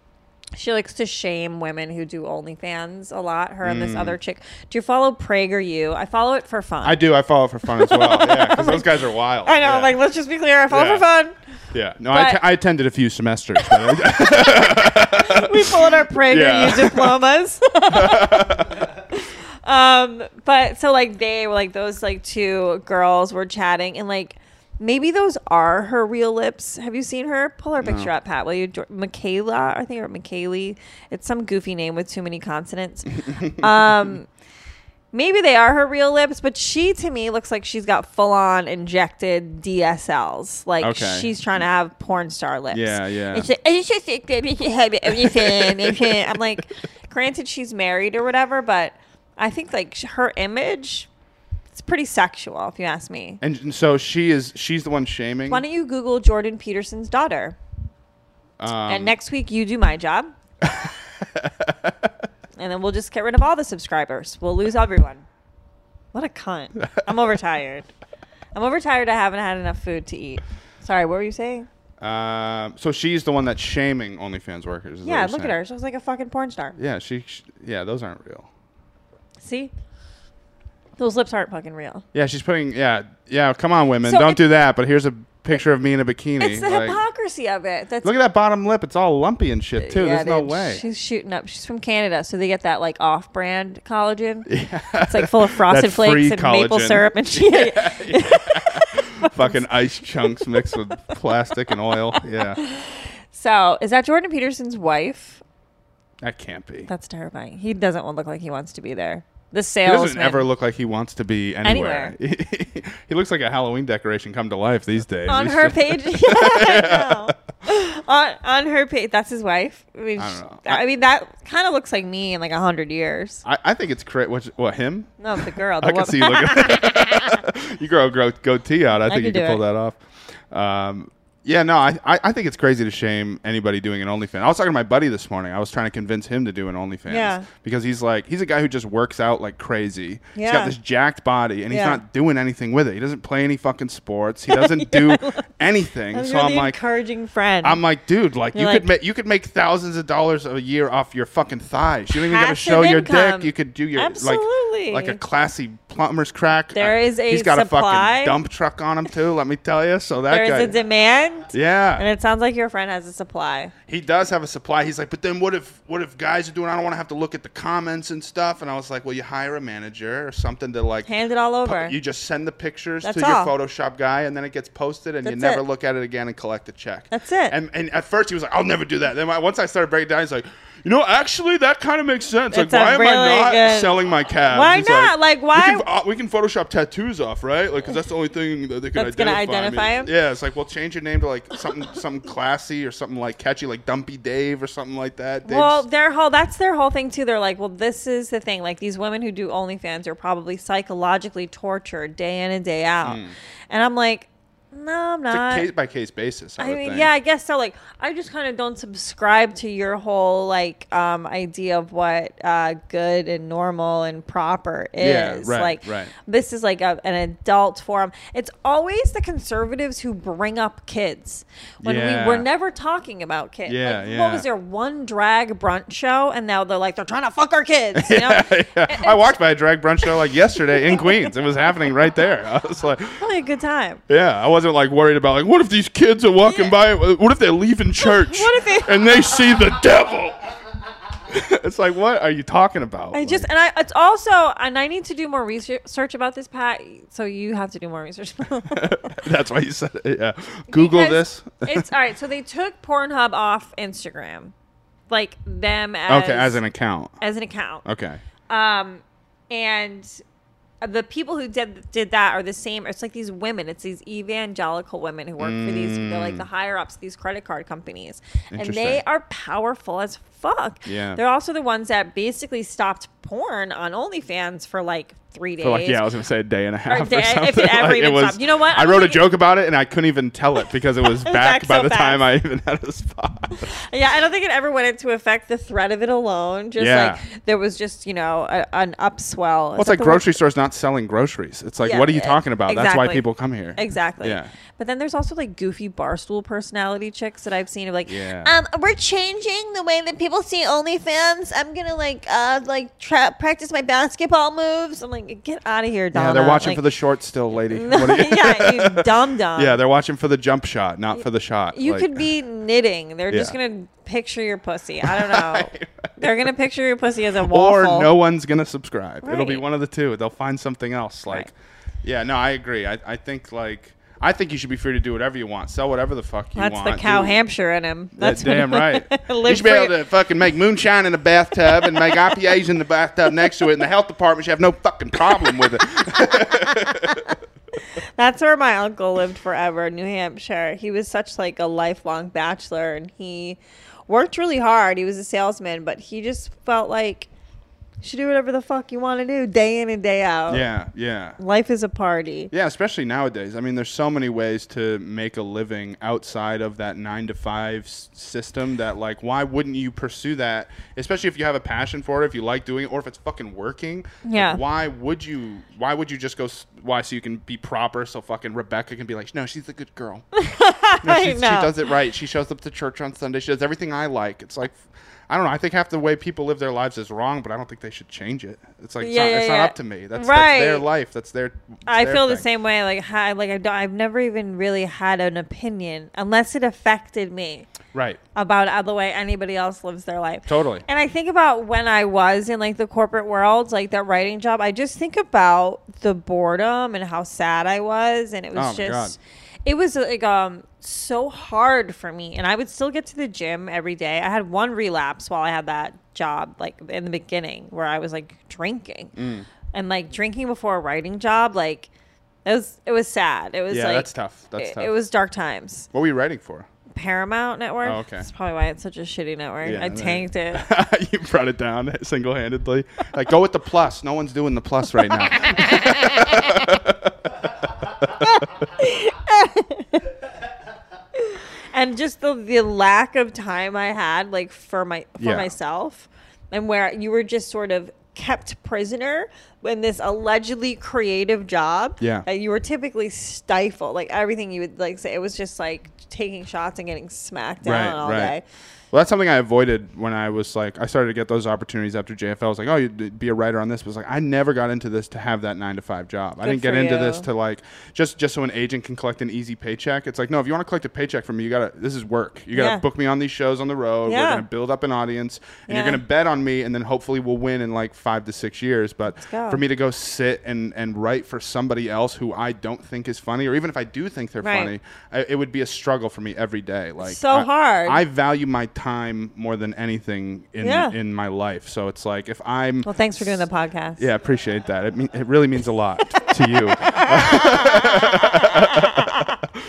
B: She likes to shame women who do OnlyFans a lot. Her and this
C: Mm.
B: other chick. Do you follow PragerU? I follow it for fun.
C: I do. I follow it for fun as well. Yeah, because those guys are wild.
B: I know.
C: Yeah.
B: Like, let's just be clear. I follow
C: Yeah.
B: for fun.
C: Yeah. No, I, t-
B: But-
C: I attended a few semesters. But I-
B: we pulled our Prager
C: Yeah.
B: U diplomas. um, but so like they were like those like two girls were chatting and like maybe those are her real lips. Have you seen her? Pull her picture up, Pat. Will you, Jo- Michaela? I think or Michaeli. It's some goofy name with too many consonants. um. Maybe they are her real lips, but she to me looks like she's got full on injected DSLs. Like
C: Okay.
B: she's trying to have porn star lips.
C: Yeah, yeah.
B: And she's like, "I just think that we should have everything." and shit." I'm like, granted, she's married or whatever, but I think like sh- her image, it's pretty sexual, if you ask me.
C: and and so she is. She's the one shaming.
B: Why don't you Google Jordan Peterson's daughter?
C: Um,
B: and next week you do my job, and then we'll just get rid of all the subscribers. We'll lose everyone. What a cunt! I'm overtired. I'm overtired. I haven't had enough food to eat. Sorry, what were you saying?
C: Um, so she's the one that's shaming OnlyFans workers. is what
B: Yeah,
C: you're
B: look at
C: saying.
B: her. She looks like a fucking porn star.
C: Yeah, she, sh Yeah, those aren't real.
B: See? Those lips aren't fucking real.
C: Yeah, she's putting. Yeah, yeah. Come on, women,
B: So
C: don't
B: it-
C: do that. But here's a picture of me in a bikini.
B: It's the
C: like-
B: hypocrisy of it. That's
C: look at that bottom lip. It's all lumpy and shit too.
B: Yeah,
C: There's no
B: dude,
C: way.
B: She's shooting up. She's from Canada, so they get that like off-brand collagen. It's like full of frosted
C: That free
B: flakes and maple
C: collagen.
B: syrup and shit.
C: Fucking ice chunks mixed with plastic and oil. Yeah,
B: So, is that Jordan Peterson's wife?
C: that can't be.
B: That's terrifying. He doesn't want to look like he wants to be there. The
C: He
B: salesman.
C: doesn't ever look like he wants to be anywhere. he looks like a Halloween decoration come to life these days.
B: on
C: He's
B: her
C: just-
B: page. Yeah, I know. on on her page. That's his wife. I mean,
C: I don't
B: sh-
C: know.
B: I mean that kind of looks like me in like a hundred years.
C: I, I think it's cra What, what him?
B: No, the girl. The
C: I can
B: woman.
C: see you looking. you grow a grow, goatee out. I think
B: could
C: you
B: do
C: can pull
B: it.
C: that off. Um, yeah, no, I, I, I think it's crazy to shame anybody doing an OnlyFans. I was talking to my buddy this morning. I was trying to convince him to do an OnlyFans
B: Yeah.
C: because he's like he's a guy who just works out like crazy. He's
B: Yeah.
C: got this jacked body and he's
B: Yeah.
C: not doing anything with it. He doesn't play any fucking sports. He doesn't do anything.
B: I'm
C: so
B: really
C: I'm like,
B: encouraging friend.
C: I'm like, dude, like
B: You're
C: you could
B: like-
C: make you could make thousands of dollars a year off your fucking thighs. You don't even gotta
B: Passive
C: show your
B: income.
C: dick. You could do your
B: Absolutely.
C: like like a classy plumber's crack.
B: There
C: I-
B: is a
C: he's got a
B: supply.
C: fucking dump truck on him too. Let me tell you. So that
B: There's
C: guy,
B: a demand, and
C: yeah,
B: it sounds like your friend has a supply.
C: he does have a supply. He's like, but then what if what if guys are doing? I don't want to have to look at the comments and stuff. And I was like, well, you hire a manager or something to like
B: Hand it all
C: pu-
B: over.
C: You just send the pictures
B: That's
C: to your
B: all.
C: Photoshop guy, and then it gets posted, and you
B: That's
C: never
B: it.
C: look at it again and collect a check.
B: That's it.
C: And, and at first he was like, "I'll never do that." Then I- once I started breaking down, he's like, "You know, actually, that kind of makes sense.
B: It's a
C: like, why am I
B: really
C: not
B: good-
C: selling my calves?
B: Why
C: He's
B: not? Like, why-
C: We can, uh, we can Photoshop tattoos off, right? Like, because that's the only thing that they can
B: That's gonna
C: identify.
B: identify
C: me.
B: him?
C: Yeah, it's like, well, change your name to like something, something classy or something like catchy, like Dumpy Dave or something like that. Dave's-
B: Well, their whole that's their whole thing too. They're like, well, this is the thing. Like these women who do OnlyFans are probably psychologically tortured day in and day out. And I'm like, no, I'm
C: Hmm. it's a
B: not.
C: case by case basis. I,
B: uh, I
C: would
B: mean,
C: think.
B: yeah, I guess so. Like, I just kind of don't subscribe to your whole like um, idea of what uh, good and normal and proper is.
C: Yeah, right,
B: like,
C: right.
B: this is like a, an adult forum. It's always the conservatives who bring up kids when
C: Yeah.
B: we were never talking about kids.
C: Yeah,
B: like,
C: yeah.
B: What was there one drag brunch show, and now they're like they're trying to fuck our kids. You know,
C: Yeah. I walked by a drag brunch show like yesterday in Queens. It was happening right there. I was like,
B: probably a good time.
C: Yeah, I wasn't like worried about like what if these kids are walking
B: Yeah.
C: by? What if they're leaving church?
B: What if they-
C: and they see the devil? it's like what are you talking about?
B: I just and I it's also and I need to do more research about this, Pat. So you have to do more research.
C: that's why you said it. Yeah, Google
B: Because
C: this.
B: it's all right. So they took Pornhub off Instagram, like them as
C: okay, as an account.
B: as an account.
C: Okay,
B: Um, and the people who did did that are the same. It's like these women. It's these evangelical women who work for these. They're like the higher ups, of these credit card companies, and they
C: Mm. Interesting.
B: are powerful as fuck.
C: Yeah.
B: they're also the ones that basically stopped porn on OnlyFans for like three days.
C: so like yeah, I was gonna say a day and a half. Or
B: day- if it
C: something.
B: ever
C: Like,
B: even
C: was-
B: stopped. You know what?
C: I
B: I'm
C: wrote a
B: like-
C: joke about it and I couldn't even tell it because it was back
B: back
C: by
B: so
C: the time I
B: fast.
C: even had a spot.
B: Yeah, I don't think it ever went into effect. The threat of it alone, just
C: Yeah.
B: like there was just you know a, an upswell.
C: Well, it's like grocery stores not selling groceries. It's like
B: Yeah,
C: what are you
B: e-
C: talking about? That's why
B: exactly.
C: people come here.
B: Exactly.
C: Yeah.
B: But then there's also like goofy barstool personality chicks that I've seen of like,
C: Yeah.
B: um, we're changing the way that people see OnlyFans. I'm gonna like uh like try practice my basketball moves. I'm like, get out of here, Donna.
C: Yeah, they're watching
B: uh, Like,
C: for the short still, lady. What do you-
B: yeah, you dumb dumb.
C: yeah, they're watching for the jump shot, not for the shot.
B: You
C: Like-
B: could be knitting. They're just
C: Yeah.
B: gonna picture your pussy. I don't know. They're gonna picture your pussy as a
C: or
B: waffle.
C: no one's gonna subscribe. It'll be
B: Right.
C: one of the two. They'll find something else. Like,
B: Right.
C: yeah, no, I agree. I, I think like I think you should be free to do whatever you want, sell whatever the fuck you
B: That's
C: want.
B: the cow
C: dude.
B: Hampshire in him. That's
C: That- damn right. you
B: Live
C: should be
B: for
C: able
B: your-
C: to fucking make moonshine in a bathtub and make IPAs in the bathtub next to it, and the health department should have no fucking problem with it.
B: That's where my uncle lived forever, New Hampshire. He was such like a lifelong bachelor and he worked really hard. He was a salesman, but he just felt like you should do whatever the fuck you want to do day in and day out.
C: yeah, yeah.
B: Life is a party.
C: Yeah, especially nowadays. I mean, there's so many ways to make a living outside of that nine to five s- system that, like, why wouldn't you pursue that? Especially if you have a passion for it, if you like doing it, or if it's fucking working. Like,
B: Yeah.
C: why would you? Why would you just go? s- Why so you can be proper? So fucking Rebecca can be like, no, she's a good girl. No, she, she
B: know.
C: does it right. She shows up to church on Sunday. She does everything I like. It's like. I don't know. I think half the way people live their lives is wrong, but I don't think they should change it. It's like it's,
B: Yeah,
C: not,
B: yeah,
C: it's
B: yeah.
C: not up to me. That's, that's their
B: Right.
C: life. That's their. it's
B: I
C: their
B: feel the
C: thing.
B: same way. Like, I, like I don't, I've never even really had an opinion unless it affected me.
C: Right.
B: about uh, the way anybody else lives their life.
C: Totally.
B: And I think about when I was in like the corporate world, like that writing job, I just think about the boredom and how sad I was and it
C: Oh, my
B: was
C: God.
B: just it was like um so hard for me and I would still get to the gym every day. I had one relapse while I had that job like in the beginning where I was like drinking.
C: Mm.
B: And like drinking before a writing job like it was it was sad. It was
C: Yeah,
B: like
C: that's tough. That's
B: it,
C: tough.
B: it was dark times.
C: What were you writing for?
B: Paramount Network.
C: Oh, okay.
B: That's probably why it's such a shitty network.
C: Yeah,
B: I
C: right.
B: tanked it.
C: you brought it down single handedly. Like, go with the plus. No one's doing the plus right now.
B: and just the, the lack of time I had, like for my for
C: Yeah.
B: myself, and where you were just sort of kept prisoner in this allegedly creative job.
C: Yeah.
B: that you were typically stifled. Like everything you would like say, it was just like taking shots and getting smacked down
C: Right,
B: all
C: right.
B: day.
C: Well, that's something I avoided when I was like, I started to get those opportunities after JFL. I was like, oh, you'd be a writer on this. But it's like, I never got into this to have that nine to five job.
B: Good
C: I didn't get
B: for
C: into
B: you.
C: this to like just just so an agent can collect an easy paycheck. It's like, no, if you want to collect a paycheck from me, you gotta. This is work. You gotta
B: Yeah.
C: book me on these shows on the road. We're
B: Yeah.
C: gonna build up an audience, and you're
B: Yeah.
C: gonna bet on me, and then hopefully we'll win in like five to six years. But
B: go.
C: for me to go sit and and write for somebody else who I don't think is funny, or even if I do think they're
B: Right.
C: funny, I, it would be a struggle for me every day. Like
B: So
C: I-
B: hard.
C: I value my time more than anything in
B: Yeah.
C: in my life. So it's like if I'm
B: Well, thanks for doing the podcast.
C: yeah, I appreciate that. It mean, it really means a lot to you.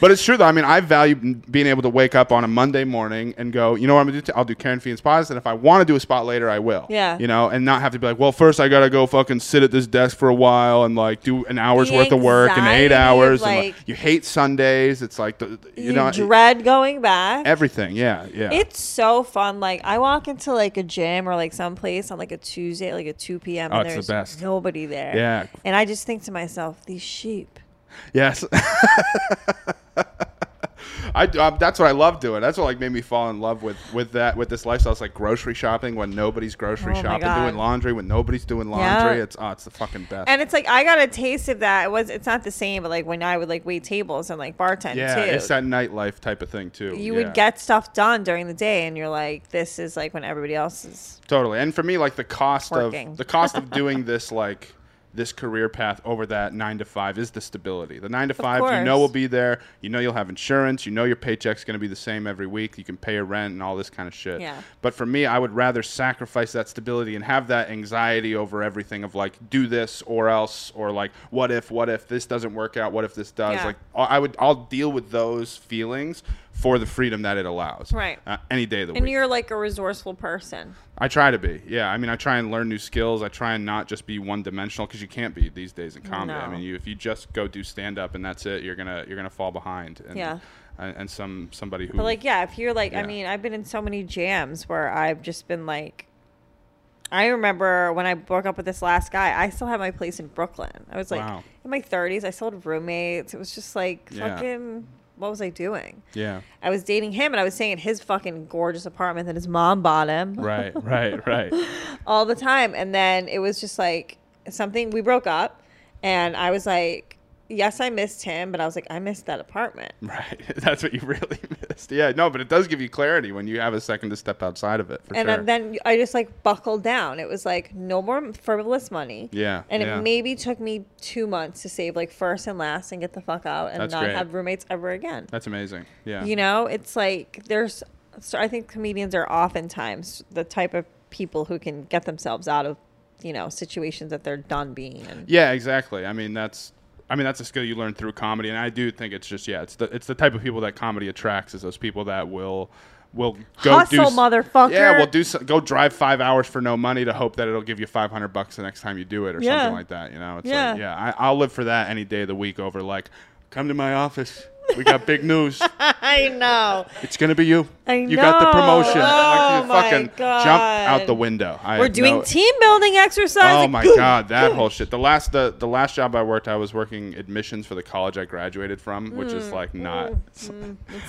C: but it's true though. I mean, I value m- being able to wake up on a Monday morning and go, you know what I'm gonna do? i I'll do Karen Fiend's pause, and if I want to do a spot later, I will.
B: Yeah.
C: You know, and not have to be like, well, first I gotta go fucking sit at this desk for a while and like do an hour's
B: The
C: worth of work and
B: anxiety
C: eight
B: of,
C: hours. and,
B: like-
C: you hate Sundays. It's like the, the- you,
B: You,
C: know
B: dread going back.
C: everything. Yeah, yeah.
B: It's so fun. Like I walk into like a gym or like someplace on like a Tuesday, like a two p.m.
C: Oh,
B: and
C: it's the
B: there's
C: best.
B: nobody there.
C: Yeah.
B: And I just think to myself, these sheep.
C: Yes. I, do- um, that's what I love doing. That's what like made me fall in love with with that with this lifestyle. It's like grocery shopping when nobody's grocery
B: Oh my
C: shopping,
B: God.
C: doing laundry when nobody's doing laundry.
B: Yeah.
C: It's oh, it's the fucking best.
B: And it's like I got a taste of that. It was. It's not the same, but like when I would like wait tables and like bartend
C: yeah,
B: too.
C: it's that nightlife type of thing too.
B: you
C: Yeah.
B: would get stuff done during the day, and you're like, this is like when everybody else is.
C: totally. And for me, like the cost
B: Working.
C: of the cost of doing this like this career path over that nine to five is the stability. The nine to five you know
B: course.
C: will be there. You know you'll have insurance. You know your paycheck's going to be the same every week. You can pay your rent and all this kind of shit.
B: Yeah.
C: But for me, I would rather sacrifice that stability and have that anxiety over everything of like do this or else or like what if what if this doesn't work out what if this does
B: Yeah.
C: like I I would I'll deal with those feelings for the freedom that it allows.
B: Right.
C: Uh, any day of the
B: And
C: week.
B: you're like a resourceful person.
C: I try to be. Yeah, I mean, I try and learn new skills. I try and not just be one dimensional because you can't be these days in comedy. I
B: No.
C: mean, you if you just go do stand up and that's it, you're gonna you're gonna fall behind. And, uh,
B: Yeah.
C: And, and some somebody who
B: But like, yeah, if you're like,
C: Yeah.
B: I mean, I've been in so many jams where I've just been like, I remember when I broke up with this last guy, I still had my place in Brooklyn. I was like
C: Wow.
B: in my 30s, I still had roommates. It was just like
C: Yeah.
B: fucking what was I doing?
C: Yeah.
B: I was dating him and I was staying at his fucking gorgeous apartment that his mom bought him
C: Right, right, right.
B: all the time. And then it was just like something we broke up and I was like, Yes, I missed him, but I was like, I missed that apartment.
C: Right. That's what you really missed. Yeah, no, but it does give you clarity when you have a second to step outside of it for
B: and uh,
C: sure.
B: then I just like buckled down. It was like no more frivolous money.
C: Yeah,
B: And
C: yeah.
B: it maybe took me two months to save like first and last and get the fuck out and
C: That's
B: not
C: great.
B: have roommates ever again.
C: That's amazing. Yeah.
B: You know, it's like there's. So I think comedians are oftentimes the type of people who can get themselves out of, you know, situations that they're done being in.
C: Yeah, exactly. I mean, that's I mean, that's a skill you learn through comedy and I do think it's just yeah, it's the it's the type of people that comedy attracts is those people that will will go do
B: Hustle,
C: s-
B: motherfucker.
C: Yeah, will do s- go drive 5 hours for no money to hope that it'll give you 500 bucks the next time you do it or
B: Yeah.
C: something like that, you know. It's
B: Yeah.
C: like yeah, I I'll live for that any day of the week over like come to my office. We got big news.
B: I know.
C: It's gonna be you.
B: I
C: you got the
B: know.
C: promotion.
B: Oh
C: you
B: my
C: fucking jump out
B: God.
C: the window. I
B: We're
C: have
B: doing
C: no-
B: team building exercises.
C: Oh my god, that whole shit. The last the, the last job I worked, I was working admissions for the college I graduated from, which
B: Mm,
C: is like not. it's-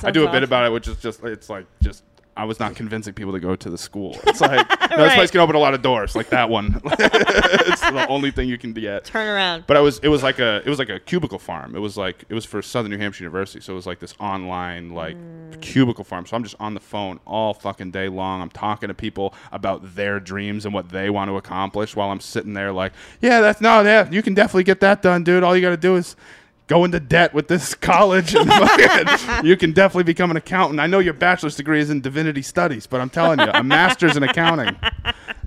C: I do a bit
B: awful.
C: about it, which is just it's like just I was not convincing people to go to the school. It's like no, this
B: Right.
C: place can open a lot of doors, like that one. it's the only thing you can get.
B: Turn around.
C: But I was it was like a it was like a cubicle farm. It was like it was for Southern New Hampshire University, so it was like this online like cubicle farm. So I'm just on the phone all fucking day long. I'm talking to people about their dreams and what they want to accomplish while I'm sitting there like, yeah, that's no, yeah, you can definitely get that done, dude. All you got to do is go into debt with this college and fucking- you can definitely become an accountant. I know your bachelor's degree is in divinity studies, but I'm telling you, a master's in accounting.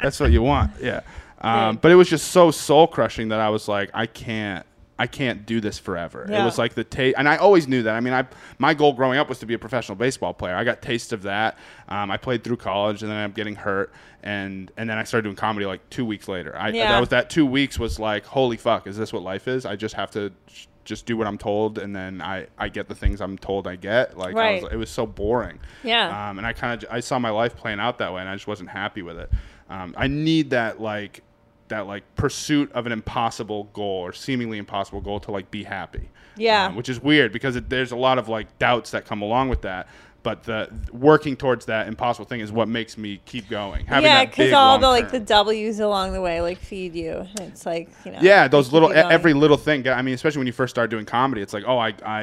C: That's what you want. Yeah. Um, but it was just so soul crushing that I was like, I can't, I can't do this forever. It
B: Yeah.
C: was like the taste, and I always knew that. I mean, I my goal growing up was to be a professional baseball player. I got taste of that. Um, I played through college, and then I'm getting hurt, and and then I started doing comedy like two weeks later. I
B: Yeah.
C: that was that two weeks was like, holy fuck, is this what life is? I just have to. j- Just do what I'm told, and then I, I get the things I'm told I get. Like I was,
B: Right.
C: it was so boring.
B: Yeah.
C: Um, and I kind of I saw my life playing out that way, and I just wasn't happy with it. Um, I need that like that like pursuit of an impossible goal or seemingly impossible goal to like be happy.
B: Yeah.
C: Um, which is weird because it, there's a lot of like doubts that come along with that. But the working towards that impossible thing is what makes me keep going. Having
B: yeah,
C: that big
B: all
C: long
B: the like the
C: term.
B: W's along the way like feed you. It's like you know.
C: Yeah, those
B: keep
C: little
B: you
C: e-
B: going.
C: every little thing. I mean, especially when you first start doing comedy, it's like, oh, I, I,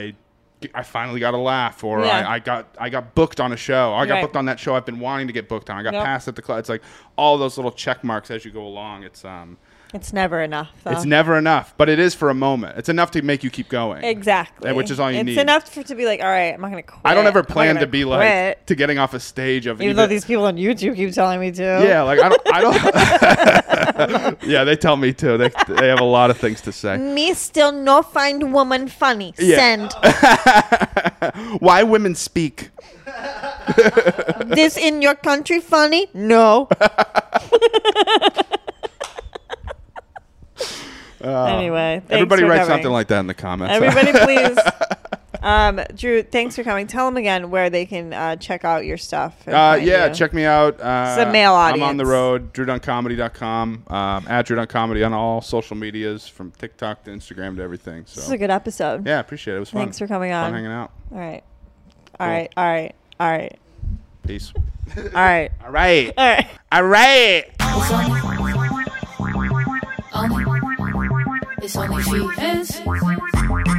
C: I finally got a laugh, or
B: Yeah.
C: I, I got, I got booked on a show. I got
B: Right.
C: booked on that show I've been wanting to get booked on. I got
B: Yep.
C: passed at the club. It's like all those little check marks as you go along. It's um,
B: It's never enough. Though.
C: it's never enough, but it is for a moment. It's enough to make you keep going.
B: exactly.
C: Uh, Which is all you
B: it's
C: need.
B: It's enough for to be like, all right, I'm not gonna quit.
C: I don't ever
B: I'm not
C: plan to
B: gonna
C: be
B: quit."
C: like to getting off a stage of
B: Even, though these people on YouTube keep telling me to.
C: Yeah, like I don't. I don't yeah, they tell me too. They, they have a lot of things to say.
B: Me still no find woman funny.
C: Yeah.
B: Send.
C: Why women speak.
B: this in your country funny? No. anyway, thanks
C: Oh. Everybody
B: for
C: write
B: coming.
C: something like that in the comments.
B: Everybody, please. Um, Drew, thanks for coming. Tell them again where they can uh, check out your stuff. and
C: Uh,
B: find
C: yeah,
B: you.
C: check me out. Uh,
B: It's a male
C: I'm on the
B: audience.
C: road, drewduncomedy.com, um, at drewduncomedy on all social medias, from TikTok to Instagram to everything.
B: This is a
C: So
B: good episode.
C: yeah, appreciate it. It was fun.
B: Thanks for coming
C: Fun
B: on.
C: hanging out.
B: All right. All right. All right. All right.
C: Peace.
B: All right.
C: all right.
B: All right.
C: All right.
A: It's only, only, it's only she is.